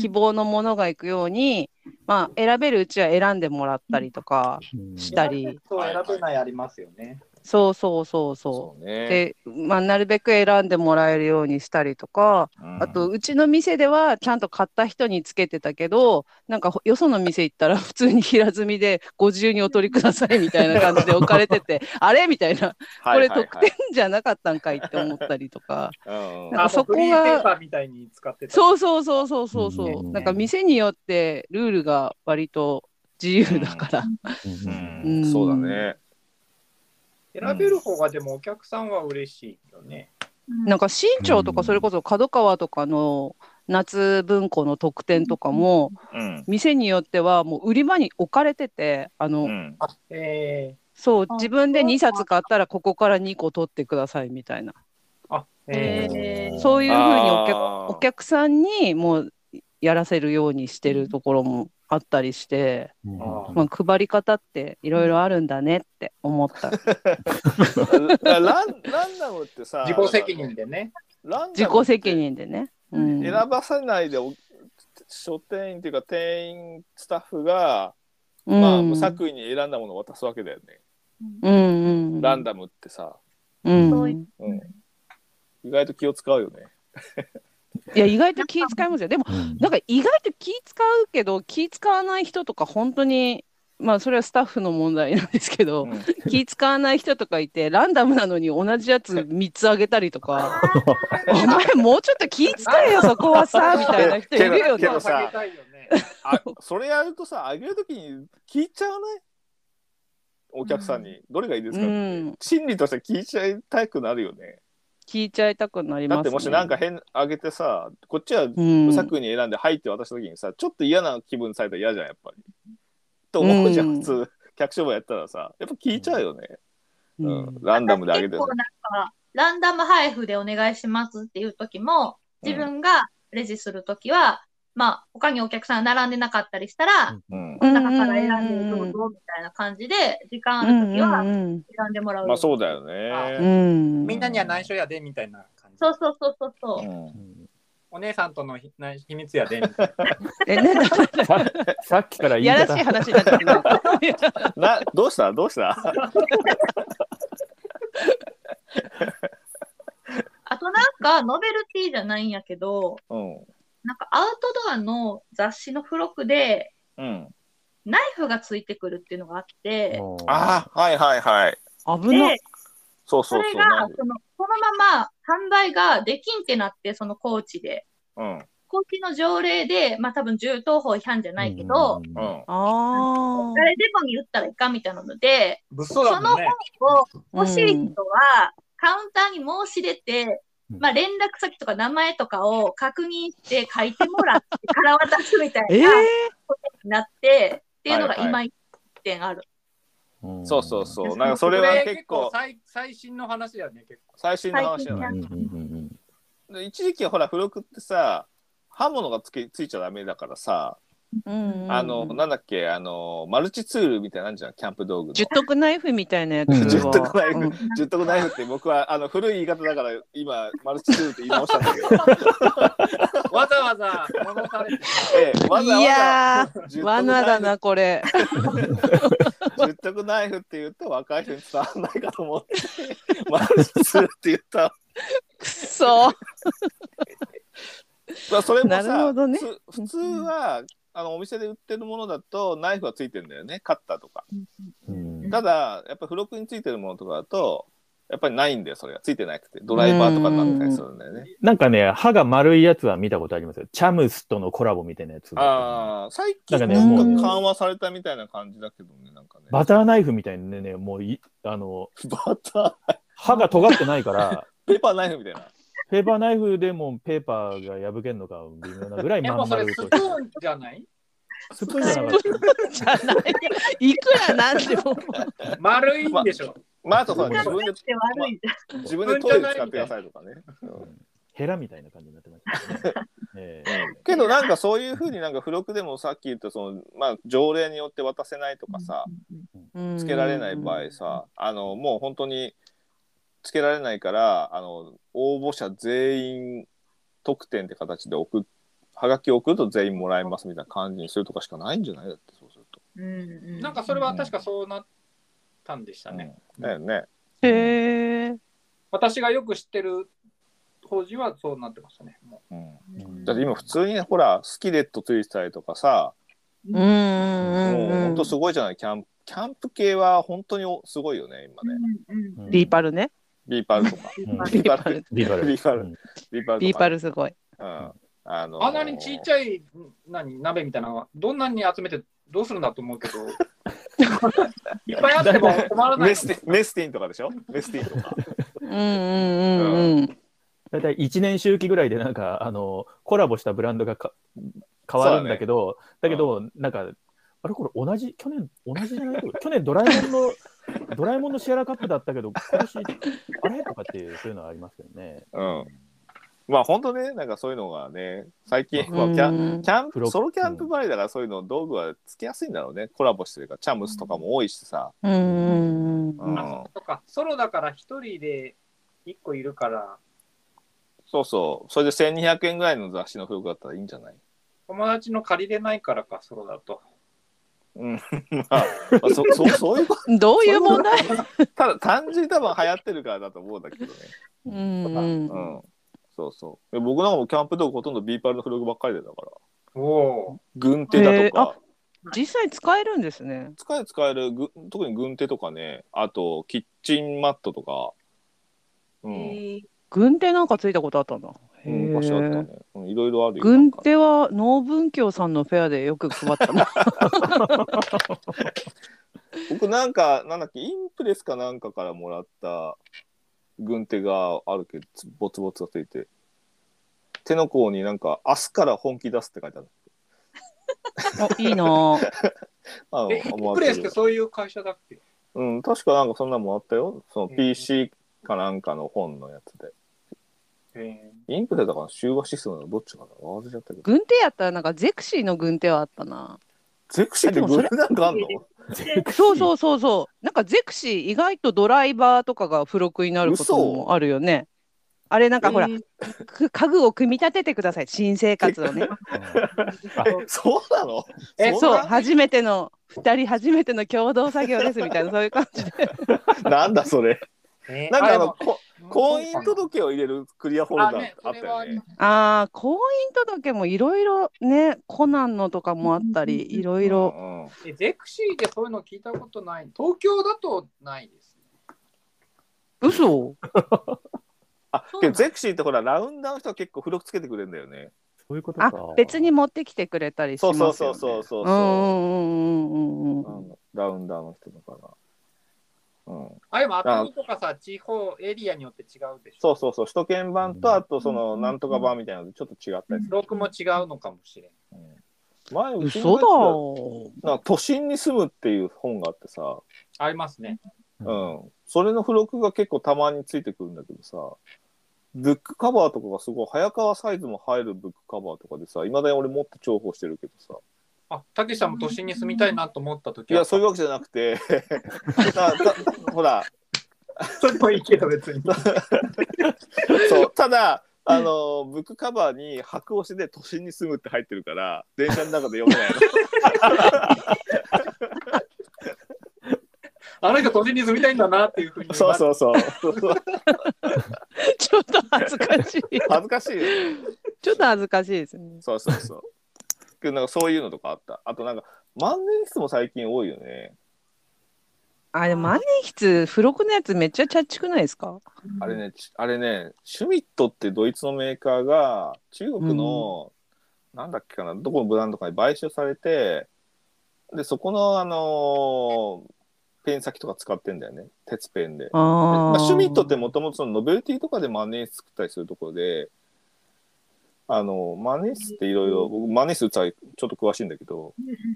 希望のものが行くように、まあ、選べるうちは選んでもらったりとかしたり、
そう選べないありますよね。
そうそうそうそ
そう
う。
ね。
で、まあ、なるべく選んでもらえるようにしたりとか、
うん
あと、うちの店ではちゃんと買った人につけてたけど、なんかよその店行ったら 普通に平積みでご自由にお取りくださいみたいな感じで置かれてて、あれみたいな、これ特典じゃなかったんかいって思ったりとか。
うんうん
なんか
あ、
そ
そ
こが
こが。フリーペーパーみたいに使ってた。
そうそうそうそうそうそう、
うん
なんか店によってルールが割と自由だから、
うん
うん
うん
そうだね。
選べる方がでもお客さんは嬉しいよね。
なんか新潮と
う
か
ん
それこそ角川とかの夏文庫の特典とかも
うん。
店によってはもう売り場に置かれててあの、
うん
あ、え
そう
あ
自分で
そうか
2冊買ったらここから2個取ってくださいみたいな
ー、あ、えー、
えー
そういうふうにお客
あー
お客さんにもうやらせるようにしてるところもあったりして、
あ
まあ、配り方っていろいろあるんだねって思 った。
ランランダムってさ、
自己責任でね。
ランダムって
自己責任でね。うん、
選ばせないでお書店員っていうか店員スタッフが、まあ
うん
無作為に選んだものを渡すわけだよね。
うんうん、
ランダムってさ、
うん
そうい
うん、意外と気を使うよね。
いや意外と気使いますよ。でも
うん
なんか意外と気使うけど気使わない人とか本当にまあそれはスタッフの問題なんですけど、
うん
気使わない人とかいてランダムなのに同じやつ3つあげたりとか お前もうちょっと気使えよそこはさみたいな人いるよ
け
ね
ど。さ
下げたいよね
あそれやるとさあげるときに聞いちゃわないお客さんに、どれがいいです
う
かって
ん、
心理として聞いちゃいたくなるよね。
聞いちゃいたくなりま
だ
す、ね。
ってもしなんか変あげてさこっちは
うん、
無作為に選んで「はい」って渡した時にさちょっと嫌な気分されたら嫌じゃんやっぱり。と思うじゃ
うん
ん普通客商売やったらさやっぱ聞いちゃうよね。
う
うん
ん
ランダムであげて
結構なんか、ランダム配布でお願いしますっていう時も、自分がレジする時は、まあ、他にお客さんが並んでなかったりしたら、
うん
中から選んでどうぞみたいな感じで、時間ある時は
うん
選んでもらう。
まあそうだよ
う
ね。
ん
みんなには内緒やで、みたいな感じ。
そうそうそうそうそうう。
ん
お姉さんとのひ内秘密やで、みたいな。
えね
ささっきから言い
やらし
方
い話になってきた。
などうしたどうした
あとなんか、ノベルティじゃないんやけど、
うん
なんかアウトドアの雑誌の付録で、
うん、
ナイフがついてくるっていうのがあって、
もう
ああはいはいはい
危な
で
い。、
そうそ
そうれ
そう
が、その、このまま販売ができんってなって、その高知で。
なんで
高知の条例で、まあ多分銃刀法違反じゃないけど、
うん
うんうん
あ
誰でもに打ったらいかんみたいなので、
物騒
そ
だも
の
んね。
本を
あ。
欲しい人は、カウンターに申し出て、
うん
まあ連絡先とか名前とかを確認して書いてもらってから渡すみたい
ええ
なことになって、っていうの
は
が
いはい
今一点ある。
ん
そうそうそう
いや
なんかそれは結構
最最新の話やね、結構。
最新の話じゃ
最
な
近
い
や
うんうんうん
で一時期ほら付録ってさ刃物がつけついちゃダメだからさ、あのなんだっけあのマルチツールみたいなんじゃんキャンプ道具の
十徳ナイフみたいなやつ
うん
は。
十徳ナイ
うん
フ十徳ナイフって僕はあの古い言い方だから今マルチツールって言い直したんだけ ど、
わざわざ物されて、
ええ、わざ
い
わ
や
ざ
ー、罠だな、これ。
十徳ナイフって言うと若い人に伝わらないかと思ってマルチツールって言った
くそ。
まあそれも
なるほ
さ、
どね
つ普通はあのお店で売ってるものだとナイフはついてるんだよねカッターとか
うん
ただやっぱ付録についてるものとかだとやっぱりないんだよそれがついてなくてドライバーとかになったりするんだよね
なんかね、歯が丸いやつは見たことありますよ。チャムスとのコラボみたいなやつ。
ああ最近
なんか
ね
な
も
ん
う
か緩和されたみたいな感じだけどねなんかね
バターナイフみたいにね、もうい、あの、
バター
歯が尖ってないから、
ペーパーナイフみたいな
ペーパーナイフでもペーパーが破けるのか微妙なぐらい
え、
ま
もうんそれ
丸
スプ
と。
ーンじゃない
スプーンじゃなかった。
じゃない。いくらなんでも。
丸いんでしょ。
まああとさ
うん
自分で
で悪いじゃん。
自分でトイレ使ってくださいとかね
ヘラみたいな感じになってましたね。ええ
けどなんかそういうふうになんか付録でもさっき言ったそのまあ条例によって渡せないとかさ つけられない場合さ、あのもう本当につけられないからあの応募者全員特典って形で送っはがきを送ると全員もらえますみたいな感じにするとかしかないんじゃないだってそうすると。
うん
なんかそれは確かそうなったんでしたね。
うんだよね。
へえ。
私がよく知ってる法事はそうなってましたね。も
うん
うん
だって今普通にほらスキレットついてたりとかさ、
うんう
もうん本
うん
当。すごいじゃないキャンプキャンプ系は本当におすごいよね今ね。
うん
うん
リーパルね。
ビーパルとか。
うん
ビーパ
ビーパ
ル
ル。
リーパル。
リーパル
うん
ビーパルとか。
リーパルすごい。
うん。あの
うあんなにちっちゃい何鍋みたいなのはどんなに集めてどうするんだと思う けど。いっぱいあっても困らない
メ。スティンメスティンとかでしょメスティンとか。
うんうんうんうん。
大体1年周期ぐらいでなんかあのコラボしたブランドがか変わるんだけどだ,、
そうだね
けど、なんかあれこれ同じ去年同じじゃない去年ドラえもんのドラえもんのシェアラカップだったけど今年あれとかってそういうのはありますよね。
うん。まあ本当ね、なんかそういうのがね、最近、
う
まあ、キャン
ん
キャン
フロッ
プ、ソロキャンプ場合だからそういうの道具はつけやすいんだろうね。コラボしてるから、チャムスとかも多いしさ。
うんうん
うん、
あそうかソロだから一人で一個いるから
そうそう。それで1200円ぐらいの雑誌の付録だったらいいんじゃない
友達の借りれないからかソロだと。
うん。まあ、まあ、そ そうそういうこ
うん。どういう問題？
と。ただ単純に多分流行ってるからだと思うんだけどね。
うん
う
うん
ん。そうそう。僕なんかもうキャンプ道具ほとんどビーパルの付録ばっかりでだから。
おお
軍手だとか。
実際使えるんですね。
使える使えるぐ特に軍手とかねあとキッチンマットとか、うん
へー
軍手なんかついたことあったんだ。へ
うん昔あったね
え。
うんいろいろあるよ
軍
なんか
手 は農文教さんのフェアでよく配ったな。
僕なんか、なんだっけ、インプレスかなんかからもらった軍手があるけど、つボツボツがついて、手の甲になんか、明日から本気出すって書いてある。
いいなぁ。
あの
え、
も
プ
ら
レ
っ
スってて
る
そういう会社だっけ
うん、確かなんかそんなのもあったよ。その
うん
PC かなんかの本のやつで。
え
インプレだから修和システムのどっちかな忘れちゃったけど。
軍手やったらなんかゼクシーの軍手はあったな。
ゼクシーって
あでもそ
グ
れ
ルなんかあんの
そうそうそうそう。なんかゼクシー意外とドライバーとかが付録になることもあるよね。あれなんかほら、く家具を組み立ててください。新生活をね。
そうなの
え
そう、
な
初めての、二人初めての共同作業ですみたいな、そういう感じで。
なんだそれ。
え
なんかあ
で
の、
も
こ婚姻届を入れるクリアフォルダー あ
あ
ったよ
ねそれ
ね
は。
ああ、婚姻届もいろいろね、コナンのとかもあったり、いろいろ。
うんうん
えゼクシーでそういうの聞いたことない。東京だとないです。
嘘
あ、けどゼクシーってほら、ラウンダーの人は結構付録つけてくれるんだよね。
そういうことか
あ。、別に持ってきてくれたりし
そ
ま
う
す
そ
よ、
う
ね。
そうそうそうう。
んうんうんうんうん
あ
うん。
のラウンダーの人だから。うん。
あれも熱海とかさ、地方エリアによって違うでしょ。
そうそうそう、首都圏版
う
と、
ん
あとその、なんとか版みたいなので、ちょっと違ったりする。
録も違うのかもしれん。
うん前、うちの
嘘
や
だー。
つなんか都心に住むっていう本があってさ、
ありますね。
うん。それの付録が結構たまについてくるんだけどさ、ブックカバーとかがすごい、早川サイズも入るブックカバーとかでさ、いまだに俺持って重宝してるけどさ、
あ、たけしさんも都心に住みたいなと思ったとき
いや、そういうわけじゃなくて、 たたほら、
それもいいけど 別に。
そう、ただ、あのブックカバーに白押しで都心に住むって入ってるから、電車の中で読めないの。
あの人都心に住みたいんだなっていうふうに。
そうそうそう。
ちょっと恥ずかしい。
恥ずかしいよね。
ちょっと恥ずかしいですね。
そうそうそう。けどなんかそういうのとかあった。あとなんか万年筆も最近多いよね。
あ、でも万年筆、付録のやつめっちゃちゃっちくないですか
あれね、ちあれね、シュミットってドイツのメーカーが中国の、なんだっけかな、どこのブランドかに買収されて、で、そこのあのーペン先とか使ってんだよね。鉄ペンで。
あ
ま
ー
あ、シュミットってもともとノベルティとかでマネー作ったりするところで、あの、マネースっていろいろ、僕マネース打つはちょっと詳しいんだけど、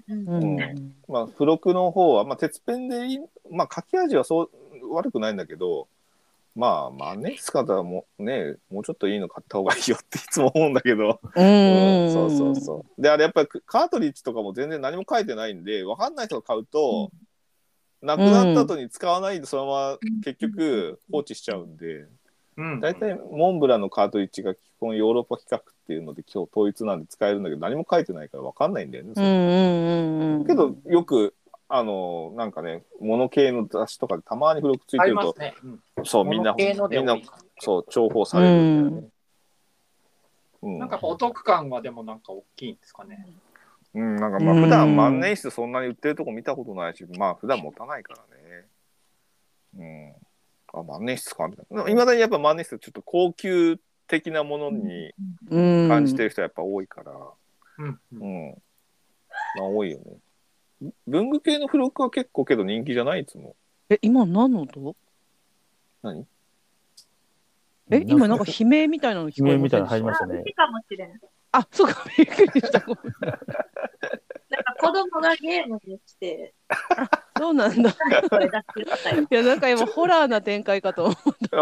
うん
まあ、付録の方は、まあ、鉄ペンでいい、まあ、書き味はそう悪くないんだけど、まあ、マネース方はもうね、もうちょっといいの買った方がいいよっていつも思うんだけど、
うん。
そうそうそう。で、あれやっぱりカートリッジとかも全然何も書いてないんで、わかんない人が買うと、なくなった後に使わないで、そのまま結局放置しちゃうんで、
うん。
大体モンブランのカートリッジが基本ヨーロッパ規格っていうので今日統一なんで使えるんだけど何も書いてないから分かんないんだよね。
うんうんうんうん。
けどよくあのなんかね物系の雑誌とかでたまに付録つい
あ
てる
ります
と、
ね。うん
そうみんな
物系ので
みんな
多い
そう重宝されるんだよね。うん
なんかやっぱお得感はでもなんか大きいんですかね。
うん、なんかまあ
うん
普段万年筆そんなに売ってるとこ見たことないし、まあ普段持たないからね。うん。あ、万年筆かみたいな。いまだにやっぱ万年筆ちょっと高級的なものに
うん
感じてる人はやっぱ多いから。
うん。う
うんん。まあ多いよね。文具系の付録は結構けど人気じゃないいつも。
え、今何の音
何
え、今なんか悲鳴みたいなの聞こえ
悲鳴みたいなの入り
ま
まし
し
たた
あうちかもしれん。なん
あ、そうか、びっくりした。ごめん
か子供がゲームにして、
そうな んだ。
これ出してください。
いや、なんか今、ホラーな展開かと思う。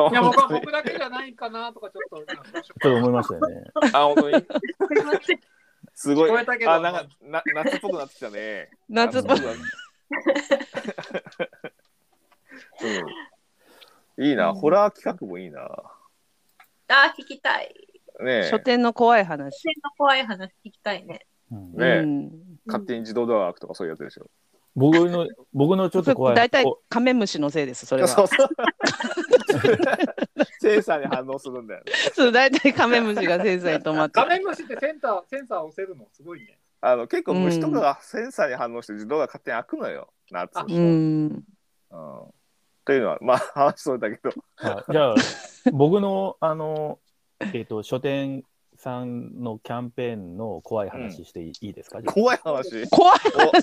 あ
いや、僕は僕だけじゃないかなとかちょっと。
ちょっと思いましたよ ね。
本当に。
すいません。
すごい。
聞こえたけど
あ、なんかな夏っぽくなってきたね。
夏っぽい。
くなってきた。 うん。いいな、ホラー企画もいいな。
あー、聞きたい。
ねえ
書、店の怖い話。
線の怖い話聞きたいね。
うん
ねえ
うん
勝手に自動ドア開くとかそういうやつでしょ。
僕の、僕のちょっと怖い。
大体
お
カメムシのせいです、それ
そう
は。
そう。 センサーに反応するんだよね。
そう大体カメムシがセンサーに止まって
画。面越しってセンター、センサー押せるのすごいね。
あの結構虫とかがセンサーに反応して自動ドア勝手に開くのよ、夏。
あ
うん。
うん。というのは、まあ話しそうだけど。
あじゃあ、僕の、あの、えっ、と、書店さんのキャンペーンの怖い話していい,、ですかじゃあ
怖い話
怖い
おキ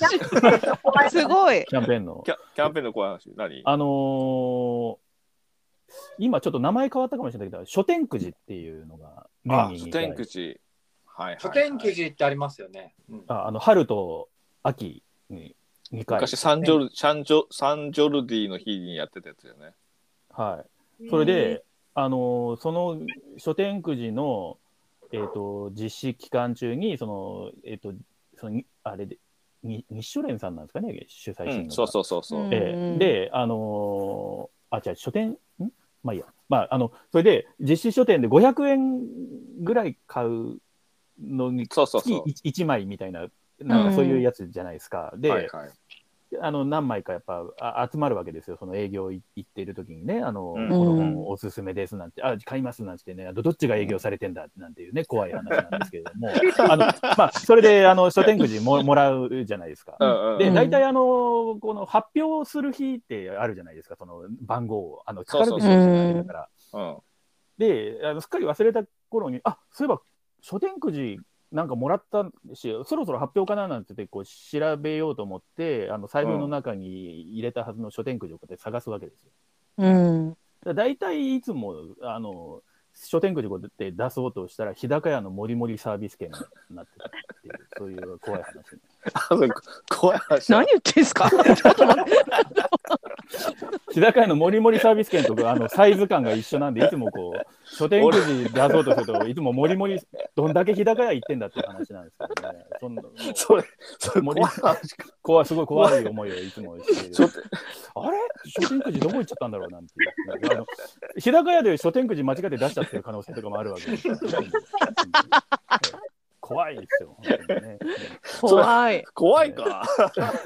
話すごい。
キャンペーンの。
ャキャンペーンの怖い話何
あのー今ちょっと名前変わったかもしれないけど、書店くじっていうのが
あ
年に
書
二回
店口はいはい、はい、
書店くじってありますよね。うん
ああの春と秋に2回。
昔サンジョル、サンジョサンジョルディの日にやってたやつよね
はい。それで、あのーその書店くじの、えー、と実施期間中にその、えーとそのにあれでに日書連さんなんですかね主催してるの
う
が
んそうそうそうそう、
うん
ええで、あのーあじゃ書店んまあいいや、まあ、あのそれで実施書店で500円ぐらい買うのに
そうそう
月
そう
1, 枚みたいななんかそういうやつじゃないですか。で、
はいはい
あの何枚かやっぱあ集まるわけですよ、その営業い行ってる時にね、あの、
うん
この本おすすめですなんて、あ買いますなんてね、あとどっちが営業されてんだなんていうね、怖い話なんですけれども、あのまあ、それであの書店くじももらうじゃないですか。
うんうん
で、
うん
大体あの、この発表する日ってあるじゃないですか、その番号を、あの
そう
宝
そう
く
そ
じ
う
の時だから。
うん
であの、すっかり忘れた頃に、あそういえば書店くじなんかもらったし、そろそろ発表かななんて言ってこう調べようと思って、あの財布の中に入れたはずの書店くじをこうやって探すわけですよ。
うん。
だ大体いつもあの書店くじこうやって出そうとしたら、日高屋のもりもりサービス券になってたっていう、そういう怖い話。
あそうこ怖い話
何言ってんすかちょっと待って。
日高屋のもりもりサービス券とかあのサイズ感が一緒なんでいつもこう書店くじ出そうとするといつももりもりどんだけ日高屋行ってんだっていう話なんですけどねそんなもう
それそれ怖
森
い話か
怖いすごい怖い思いをいつもしている
書店
あれ書店くじどこ行っちゃったんだろうなんていうあの日高屋で書店くじ間違って出しちゃってる可能性とかもあるわけですからね怖いですよ本当にね
怖い。
怖いか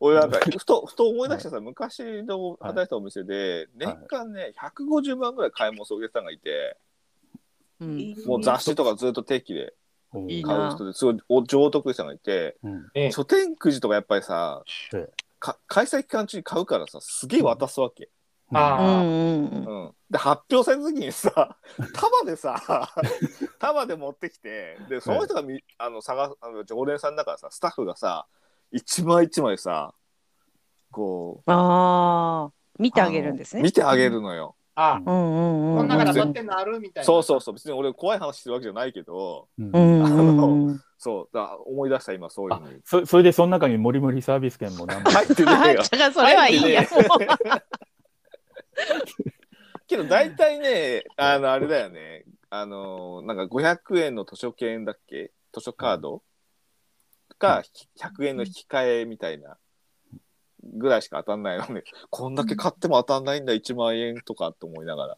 俺なんかふとふと思い出したさ、昔の働いたお店で年間ね150万ぐらい買い物するお客さんがいて
うん。
もう雑誌とかずっと定期で
うん
いい
買
な
う人ですごいお上得意さんがいて
うん
ええ
書店くじとかやっぱりさ
ええ
か開催期間中に買うからさすげえ渡すわけ、
う
ああ、
んうん
う。ん、で発表された時にさ束でさ束で持ってきてでその人がみ、あの探すあの常連さんだからさスタッフがさ一枚一枚さこ
ああ。見
う
てあげるんです
あ
ね。
の見てあげるのよ、
あ
うんうんうん。
あ、こん中で当たっ
う
てんのあるみたいな。
そうそうそう別に俺怖い話してるわけじゃないけど
うん
んうんうん。
そうだ思い出した今そういうのに
そそれでその中にもりもりサービス券も何 枚
入ってねえ
あ、
よ
じゃあそれはいいや。もう
けど大体ね、あの、あれだよね。あの、なんか500円の図書券だっけ図書カードが100円の引き換えみたいなぐらいしか当たんないのね。こんだけ買っても当たんないんだ、1万円とかって思いながら。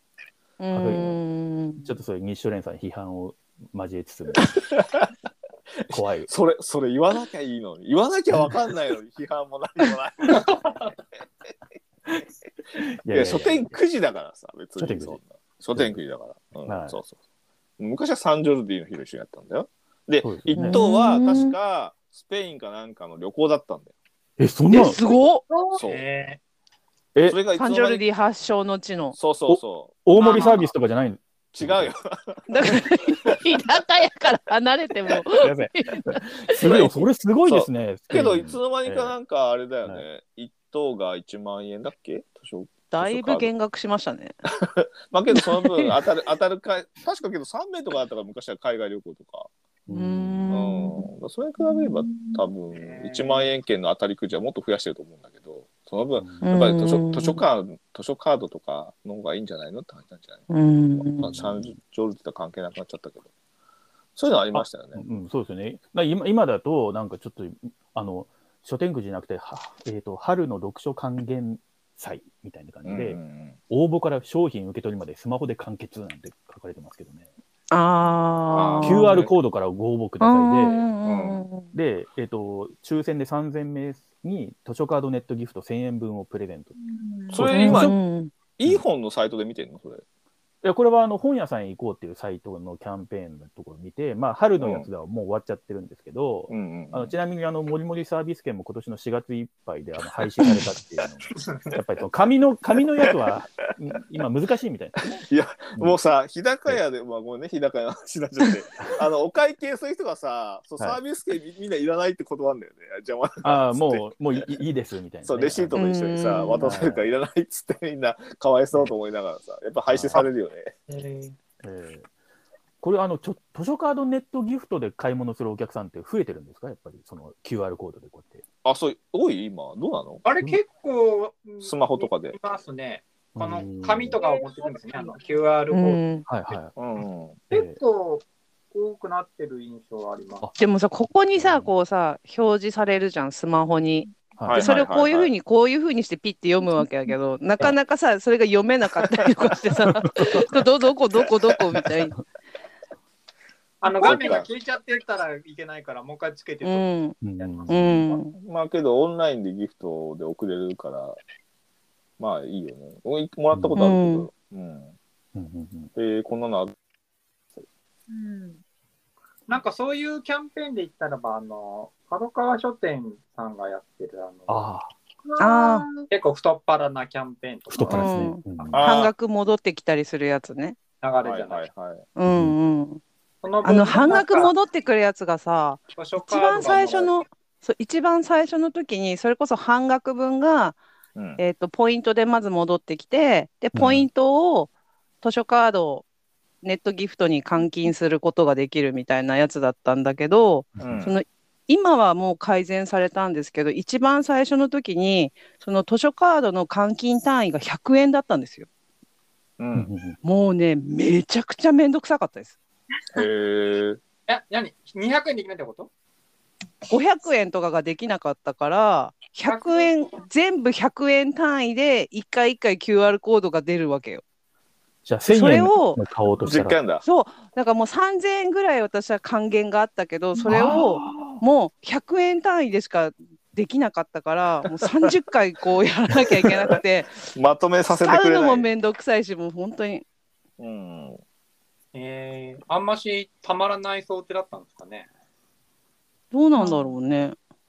うん
ちょっとそれ日照連さん批判を交えつつも怖い
それ、それ言わなきゃいいのに。言わなきゃわかんないのに批判も何もない。
い
いや、書店くじだからさ、別
書店
に
くじ
そんな。書店くじだから。うん、
はい
そうそう。昔はサンジョルディの日と一緒にやったんだよ。で
そう、です
一
ね
等は確かスペインかなんかの旅行だったんだよ。
えそんな
え、
の
すごっ
そう。
ええ
え
それがいつ
サ
の
ンジョ
間
ル
に
ディ発祥の地の。
そうそうそ
大盛りサービスとかじゃないの
う。違うよ。
だから、日高屋から離れても。
すいませんすごいそれすごいですね
けど、
うん
いつの間にかなんかあれだよね。一等が1万円だっけ図書
だいぶ減額しましたね。
まあけど、その分当たる、当たるか、確かけど3名とかだったから昔は海外旅行とか。
う
うん
ん。。
それに比べれば多分1万円券の当たりくじはもっと増やしてると思うんだけど、その分、
うん
やっぱり図
う
書
ん
図書カード、図書カードとかの方がいいんじゃないのって話なんじゃない
うん
まあ、シャンジョルジとは関係なくなっちゃったけど。そういうのありましたよね。
うん、そうですよね。な今今だと、なんかちょっと、あの、書店くじじゃなくて、はえー、と春の読書還元祭みたいな感じで、
うんうんうん
応募から商品受け取りまでスマホで完結なんて書かれてますけどね。
ああ。
QR コードからご応募くだ
うん
さ
うんうん
いで、で、えっ、と、抽選で3000名に図書カードネットギフト1000円分をプレゼント。
それ今
うん
いい本のサイトで見てんのそれ。
いやこれはあの本屋さんへ行こうっていうサイトのキャンペーンのところを見て、まあ、春のやつではもう終わっちゃってるんですけど、
うんうん
あのちなみにあの、もりもりサービス券も今年の4月いっぱいであの廃止されたって いうのやっぱりその紙の紙のやつはん今難しいみたい な。
もうさ、日高屋で、まあ、ごめんね、日高屋の話になっちゃ って、あの、お会計する人がさ、そう
はい
サービス券みみんないらないって断るんだよね。邪魔だから
ああ、
っつって
もう、もういいいいですみたいなね、
そう、レシートと一緒にさ、
うん
渡されるからいらないっつってみんな、かわいそうと思いながらさ、やっぱ廃止されるよね。
えーこれあのちょ、図書カードネットギフトで買い物するお客さんって増えてるんですか、やっぱり、その QR コードでこうやって。
あ、そう、多い今、どうなの
あれ結構、
スマホとかで
いますね。この
うん
紙とかを持ってくるんですね、あの QR
う
コード。
ん、
はいは
うん、うん。
い。え
結構多くなってる印象はあります。
でもさここにさこうさ表示されるじゃんスマホに
ー
は
はい
でそれをこういうふうにこういうふうにしてピッて読むわけやけどなかなかさそれが読めなかったりとかしてさどどこどこどこみたいな。
あの画面が消えちゃってたらいけないから、もう一回つけて
う
と。
ん
い
うん
まあけど、オンラインでギフトで送れるから、まあいいよね。俺もらったことあるけど、うん。
うんうんうん
えーこんなのある
うん。
なんかそういうキャンペーンで言ったらば、あの、角川書店さんがやってる、あの、
ああ、
あ
結構太っ腹なキャンペーンと
太っ
か
腹ですね。うんうん
あー
半額戻ってきたりするやつね。
の流れ
は
じ
い
ゃない。
はいはい。
うんうん、
その
あの半額戻ってくるやつがさ
図書カ
一
ードが
番最初のそう一番最初の時にそれこそ半額分が、
うん
えー、とポイントでまず戻ってきてでポイントを図書カードをネットギフトに換金することができるみたいなやつだったんだけど
うん
その今はもう改善されたんですけど一番最初の時にその図書カードの換金単位が100円だったんですよ。
う
うん
ん。
うんうん
もうねめちゃくちゃめんどくさかったです。
へえ。
え、何 ?200 円できないってこと
500円とかができなかったから100円全部100円単位で一回一回 QR コードが出るわけよ。
じゃあ、1000
それ
円
を
の買おうとした
実
ら。
感だ。
そうだからもう3000円ぐらい私は還元があったけどそれをもう100円単位でしかできなかった からもう30回こうやらなきゃいけなくて
まと めさせて
使
く
う
れ
の
な
も
い。
めんどくさいしもう本当に
うん。
えー、あんましたまらない想定だったんですかね。
どうなんだろうね。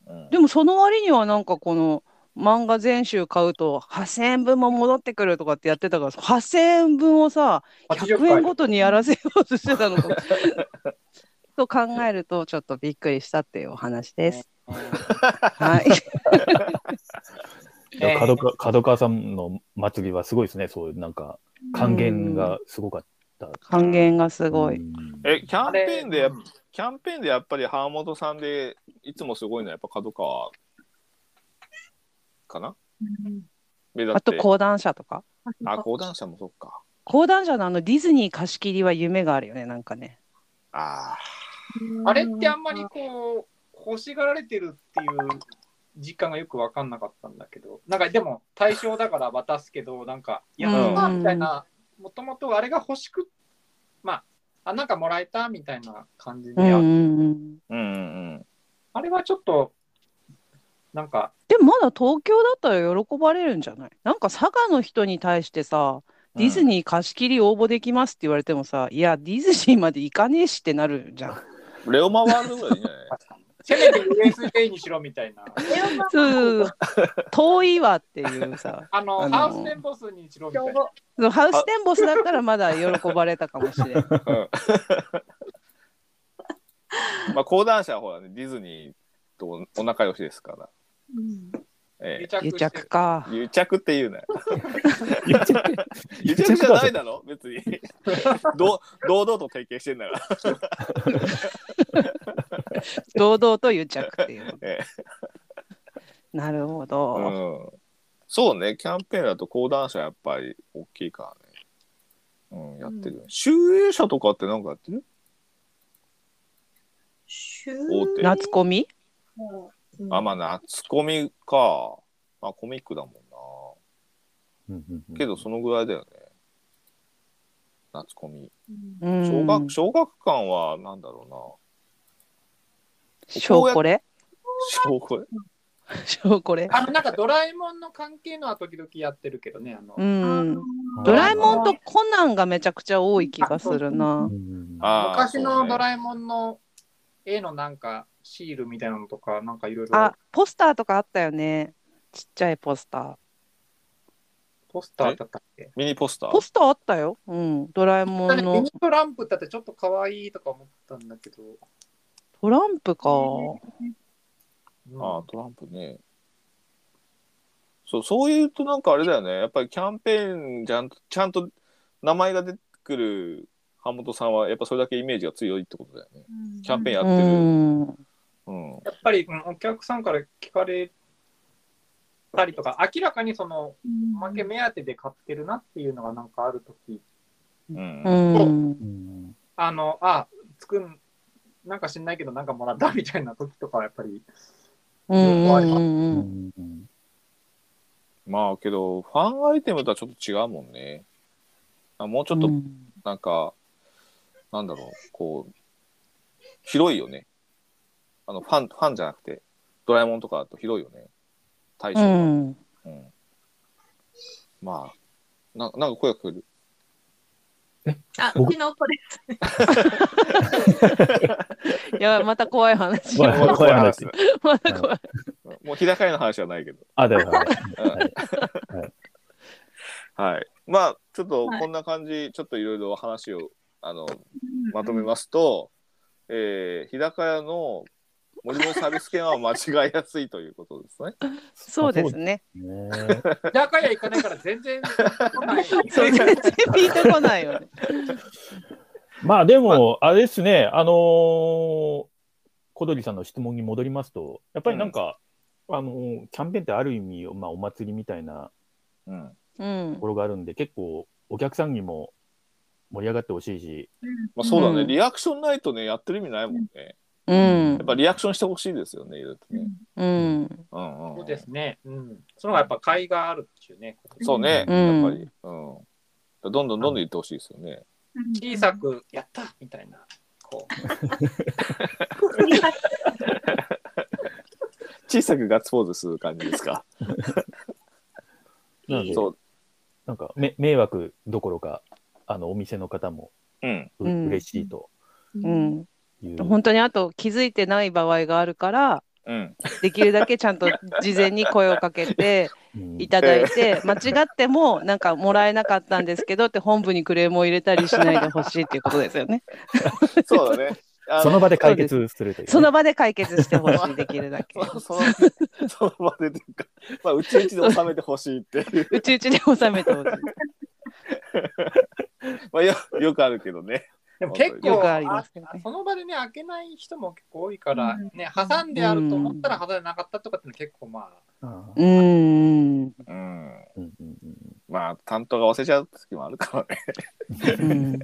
うん
でもその割にはなんかこの漫画全集買うと8,000円分も戻ってくるとかってやってたから8,000円分をさ
80
100円ご
回。
とにやらせようとしてたの かもと考えるとちょっとびっくりしたっていうお話です。はい、
いや角川角川さんの祭りはすごいですね、そういうなんか、還元がすごかった。
還元がすごい。
うん。
え、キャンペーンでやっ
あれうん
キャンペーンでやっぱり浜本さんでいつもすごいのはやっぱ角川かな目立
あ
っ
と
て。
講談社とか
あ、講談社もそっか。
講談社のあのディズニー貸し切りは夢があるよねなんかね。
あ
あれってあんまりこう、欲しがられてるっていう実感がよく分かんなかったんだけど、なんかでも対象だから渡すけど、なんか、いや
うん
ったみたいな、もともとあれが欲しく、まあ、あ、なんかもらえたみたいな感じ
う
で、
んう
あ
んうん、
あ。うんうん
あれはちょっと、なんか、
でもまだ東京だったら喜ばれるんじゃないなんか佐賀の人に対してさディズニー貸し切り応募できますって言われてもさ、いやディズニーまで行かねえしってなるじゃん。
うん。レオマワールドぐらいいいんじゃない
せめて USJ にしろみたいな、
そうそうそう遠いわっていうさ
あの、
あの
ハウステンボスにしろみたいな。
そのハウステンボスだったらまだ喜ばれたかもしれん。
うん まあ講談社はほらね、ディズニーとお仲良しですから。え
癒着
癒
して
着か
え。。癒着っていうなよ。
言っちゃって
癒着じゃないだろ別に。どう堂々と提携してんだから。
堂々と癒着っていう。
え
なるほ
え
ど。
うん、そうね、キャンペーンだと講談社やっぱり大きいからね。うん、やってる。集英社とかってなんかやってる大手。
夏コミ
あ、まあ夏コミか。まあコミックだもんな。
うんうんうん
けどそのぐらいだよね。夏コミ。
うん
小学小学館はなんだろうな。
小これ
小学
これ。
あの、なんかドラえもんの関係のは時々やってるけどね、あの、
う
あ
ん。
ー
ドラえもんとコナンがめちゃくちゃ多い気がする
う
な。
ん
あー
昔
そう
の
ね
ドラえもんの絵のなんかシールみたいなのとか、なんかいろいろ
あ、ポスターとかあったよね。ちっちゃいポスタ
ポスターだったっけ
ミニポスタ
ー。
ー
ポスターあったよ。うん。ドラえも
だっ
ん
てミ
の
ニトランプだってちょっと可愛いとか思ったんだけど。
トランプか。
うん
ああ、トランプね。そう、そういうとなんかあれだよね。やっぱりキャンペーンじゃん、ちゃんと名前が出てくる版本さんは、やっぱそれだけイメージが強いってことだよね。キャンペーンやっ
う
てる。うん。
ん。
やっぱり、うんお客さんから聞かれたりとか、明らかにその、
うん
おまけ目当てで買ってるなっていうのがなんかあるとき、
うん。
うん。
うん
あの、あ、作ん、なんか知んないけど、なんかもらったみたいな時とかはやっぱり、
うん
よくありま
う
うん
んうん
まあけど、ファンアイテムとはちょっと違うもんね。あもうちょっと
うん
なんか、なんだろう、こう、広いよね。あの、ファン、ファンじゃなくて、ドラえもんとかだと広いよね。対象
う
が。
ん。
うんまあ、ななんか声が聞こえる。
あ、
僕
うちのこれ。
いや、また怖い話。
怖い
もう
声が
話
聞
また怖い。
もう日高屋の話はないけど。
あ、だよ、だよ
はい。まあ、ちょっと
はい
こんな感じ、ちょっといろいろ話をあのまとめますと、えー、日高屋の森のサービス券は間違いやすいということですね。
そうですね。
ね。
居酒屋行かないから全然来 ない。
そう全然ピンとこないよね。
まあでも、あれですね、あのー小鳥さんの質問に戻りますと、やっぱりなんか、あのーキャンペーンってある意味、まあ、お祭りみたいな
うん。
うん
とこ。ろがあるんで、結構お客さんにも盛り上がってほしいし、
まあ、そうだね、
うん
リアクションないとね、やってる意味ないもんね。
うん
やっ。ぱリアクションしてほしいですよね、いろいろとね。
うん。
うんうん、
そうですね。うん。その方がやっぱ買いがあるっていうね。
そうね、
うん
やっぱり。うん。どんどんどんどん言ってほしいですよね。
小さく、やったみたいな。こう。
小さく
小さくガッツポーズする感じですか。
なので、
そう。
なんかめ迷惑どころか、あのお店の方も
うん。
う
うん
嬉しいと
うん
うん。
いう。
本当にあと気づいてない場合があるから、
うん。
できるだけちゃんと事前に声をかけて
うん
いただいて、間違ってもなんかもらえなかったんですけどって本部にクレームを入れたりしないでほしいっていうことですよね。
そうだね。あ
その場で解決するという、
その場で解決してほしい、できるだ け。
まあそのその場でというか、まあ、うちうちで収めてほしいっていう、
うちうちで収めてほしい。
まあ、よよくあるけどね。
でも結構、
よくありますよね
あその場でね、開けない人も結構多いから、
うん
ね、挟んであると思ったら挟んでなかったとかっていうの結構まあ、
あ
う
ー
ん。うん
うん、
うんうんうん
まあ担当が忘れちゃう時もあるからね。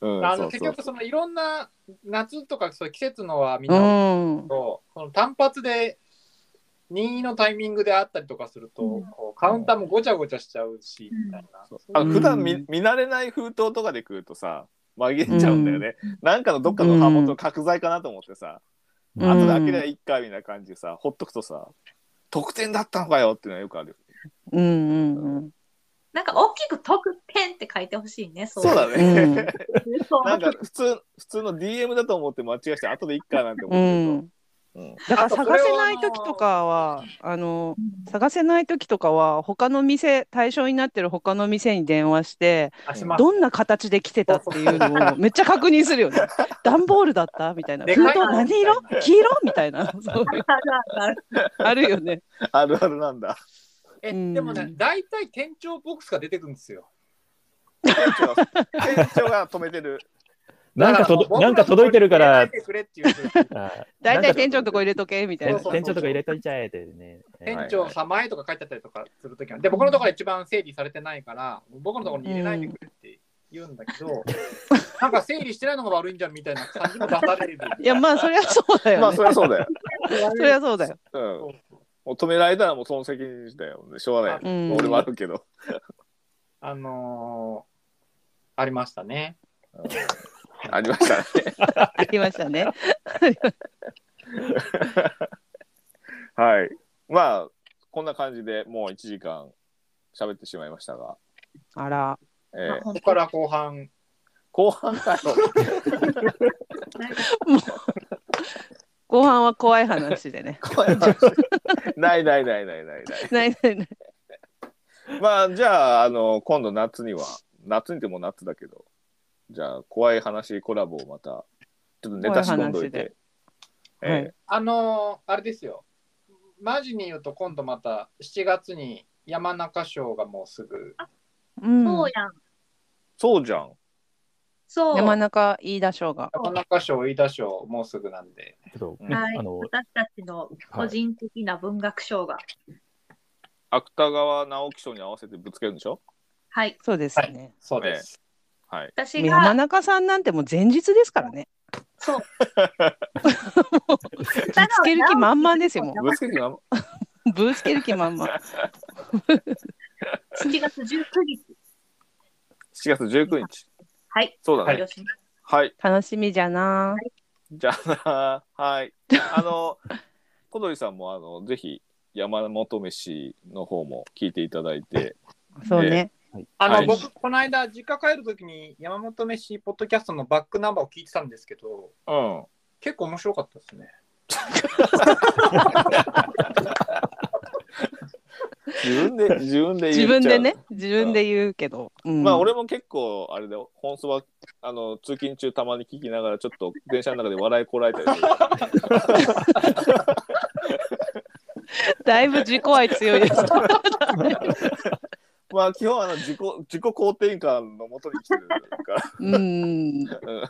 うん、
あ
そ
の
う
結
そう
局そのいろんな夏とかそういう季節のはみん
う
な多い
ん
け。ど、その単発で任意のタイミングであったりとかすると、
うん
こうカウンターもごちゃごちゃしちゃうし、
うん
みたいな。
そうあの
うん
普段見見慣れない封筒とかで来るとさ紛れちゃうんだよね、なんかのどっかの
うん
版本の角材かなと思ってさ、
うん
後で開けりゃいいかみたいな感じでさほっとくとさ得点だったのかよっていうのはよくあるよね
うんうん
なんか大きく特典って書いてほしいね。そ
そうだ
う
ね、
ん。
そう
なんか普通普通の DM だと思って間違えして後でいっかなんて思
う
ってる
ん。
と、うん
だから探せない時とかは、あの、探せない時とかは他の店対象になってる他の店に電話して
あします
どんな形で来てたっていうのをめっちゃ確認するよね。段ボールだったみたいな。
で
封
かいな
筒何色黄色みたいな。そういう
あるある
あるよね。
あるあるなんだ
え
うん
でもね、大体店長ボックスが出てくるんですよ。
店長が店長が止めてる。
なんかとどなんか届いてるから、
だら僕らのところに入れてくれっていう
あ
大体
なんか
店長のとこ入れとけみたいな
そうそう。
店長とか入れといちゃえってね。
店長様へとか書いてあったりとかするときは、で、僕のところは一番整理されてないから、僕のところに入れないでくれって言うんだけど、なんか整理してないのが悪いんじゃんみたいな感じも出される。
いやまあそれはそうだ
ま
よ
あそ
ね。
りゃ そうだよ。
それはそうだよ。
うん。
そうそう
もう止められたらもうその責任だよ、ね。しょうがない。
うん。
俺もあるけど。
あのーありましたね。
うんありましたね。
ありましたね。
はい。まあ、こんな感じでもう1時間喋ってしまいましたが、
あら、
え
まあ
ー
こ
本当に
こから後半、
後半かよ。
なんか
後半は怖い話でね。
怖い話 ないないないないないない。
ないないない。
まあ、じゃあ、あの、今度夏には、夏にってもう夏だけど、じゃあ、怖い話コラボをまた、ちょっとネタ仕込んどいて。
怖い話では
え
い
あのーあれですよ。マジに言うと、今度また7月に山中賞がもうすぐ、
うん、
そうやん。
そうじゃん。
そう。
山中飯田翔が。
山中賞、飯田賞、もうすぐなんで、
ちょっと、
うん
ね
はい、
あの、
私たちの個人的な文学賞が。
芥川直木賞に合わせてぶつけるんでしょ
はい。
そうですね。
そうです。
はい。
私
山
が、
中さんなんてもう前日ですからね。
そう。
ぶつける気満々ですよ、も
ぶつける気なの
う。ぶつける気満々。
7月19日。
7月19日。
はい。
そうだね。
よし
はい。
楽しみじゃな。
じゃあな、はい。あの、小鳥さんも、あの、ぜひ、山本飯の方も聞いていただいて、
そうね。
あの、
はい
僕、この間、実家帰るときに山本飯ポッドキャストのバックナンバーを聞いてたんですけど、
うん。
結構面白かったですね。
自分で、自分で言っちゃう
自分でね、自分で言うけど。うん
まあ俺も結構あれだよ本当はあの通勤中たまに聞きながらちょっと電車の中で笑いこらえたりする
だいぶ自己愛強いです。
まあ基本あの自己自己肯定感のもとに生きてるか
うん。
ら、うん、
ま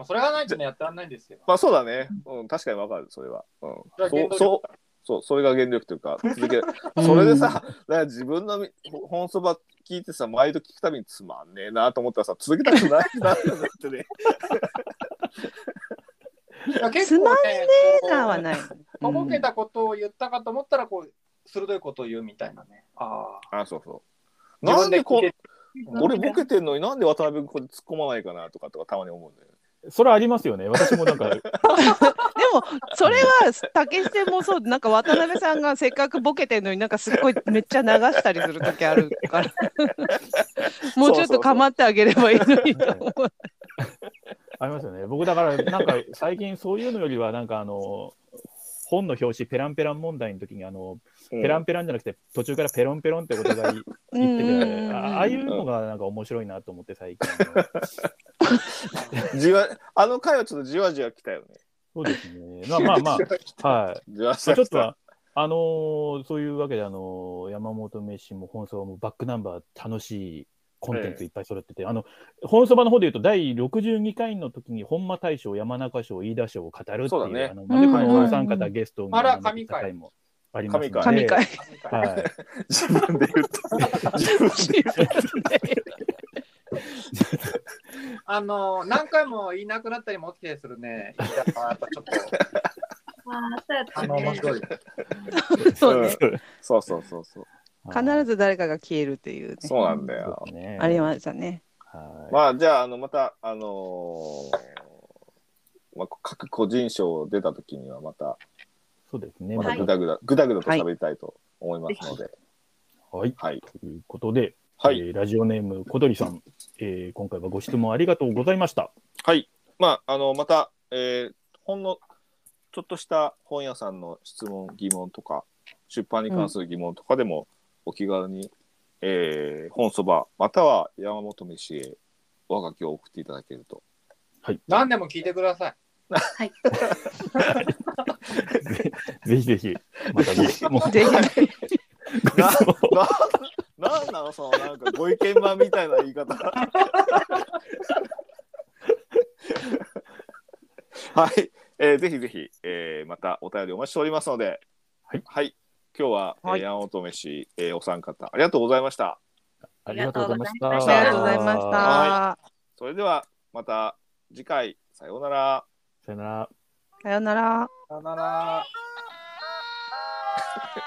あ、それがないとね、やってらんない んですよ。
まあそうだね、うん、確かにわかるそれは、うん、
それは原動
そうそ
力
うそうそれが原力というか続けそれでさ、だから自分のみ本そば聞いてさ毎度聞くたびにつまんねえなと思ったらさ続けたくないなってなってね
いや
つまんね
こ
う。
うん
なはない。
とぼけたことを言ったかと思ったら、こう、鋭いことを言うみたいなね。ああ。
あそうそう
自
な
分
ん
で
で
聞
こ
いて
俺ボケてんのになんで渡辺君これ突っ込まないかなとかとかたまに思うんだよね
それありますよね。私もなん か、
でもそれは竹下もそうなんか渡辺さんがせっかくボケてるのになんかすっごいめっちゃ流したりする時あるから もうちょっと構ってあげればいいのにと思う
ありますよね。僕だから、なんか最近そういうのよりは、なんかあの、本の表紙ペランペラン問題の時にあの
うん
ペランペランじゃなくて途中からペロンペロンってことが言って
う
言
ん
って
うんう
て
ん
あああいうのがなんか面白いなと思って最 近
じわあの回はちょっとじわじわ来たよね。
そうですねまあまあま あはい
じわ
ち
じわ
ょっ
来た。
と、あのーそういうわけで、あのー山本飯も本そばもバックナンバー楽しいコンテンツいっぱい揃ってて、あの、本そばの方で言うと、第62回の時に、本間大賞、山中賞、飯田賞を語るってい
そう
う、
だね
あの、まあね
うん
こ
はいはい
のお三方ゲストに
あら
招いた回もありますので、
神
神回
はい。
自分で言った。自分で言った。
あの何回も言いなくなったりも起きたりするね。いややっぱちょっと、
あーそうやった
あの、面
ね。
白い。
そうね
そうそうそうそう。
必ず誰かが消えるっていうね
そうなんだ
そう
よ。
ですね
ありましたね
はい
まあじゃああのまたあのーまあ各個人賞出た時にはまた
そうですね。
ま
ま
た
あ
はい
ぐだぐだぐだぐだと喋りたいと思いますので。
はい。
はい
ということで、
はい
えーラジオネーム小鳥さん、えー今回はご質問ありがとうございました。
はい。まああのまたえーほんのちょっとした本屋さんの質問疑問とか出版に関する疑問とかでもお気軽に、えー本そばまたは山本飯へおはがきを送っていただけると
何でも聞いてください。
ぜひぜひ、またね、もう
ぜひ
なななんなのそのなんかご意見番みたいな言い方 はい、えーぜひぜひ、えーまたお便りお待ちしておりますので
はい、
今日は、えー
はい
山本飯、えーお三方ありがとうございました
ありがとうございました。
あ
ありがとうございまし
は
た
それではまた次回さようなら
さよなら。
さようなら
さよなら。
あー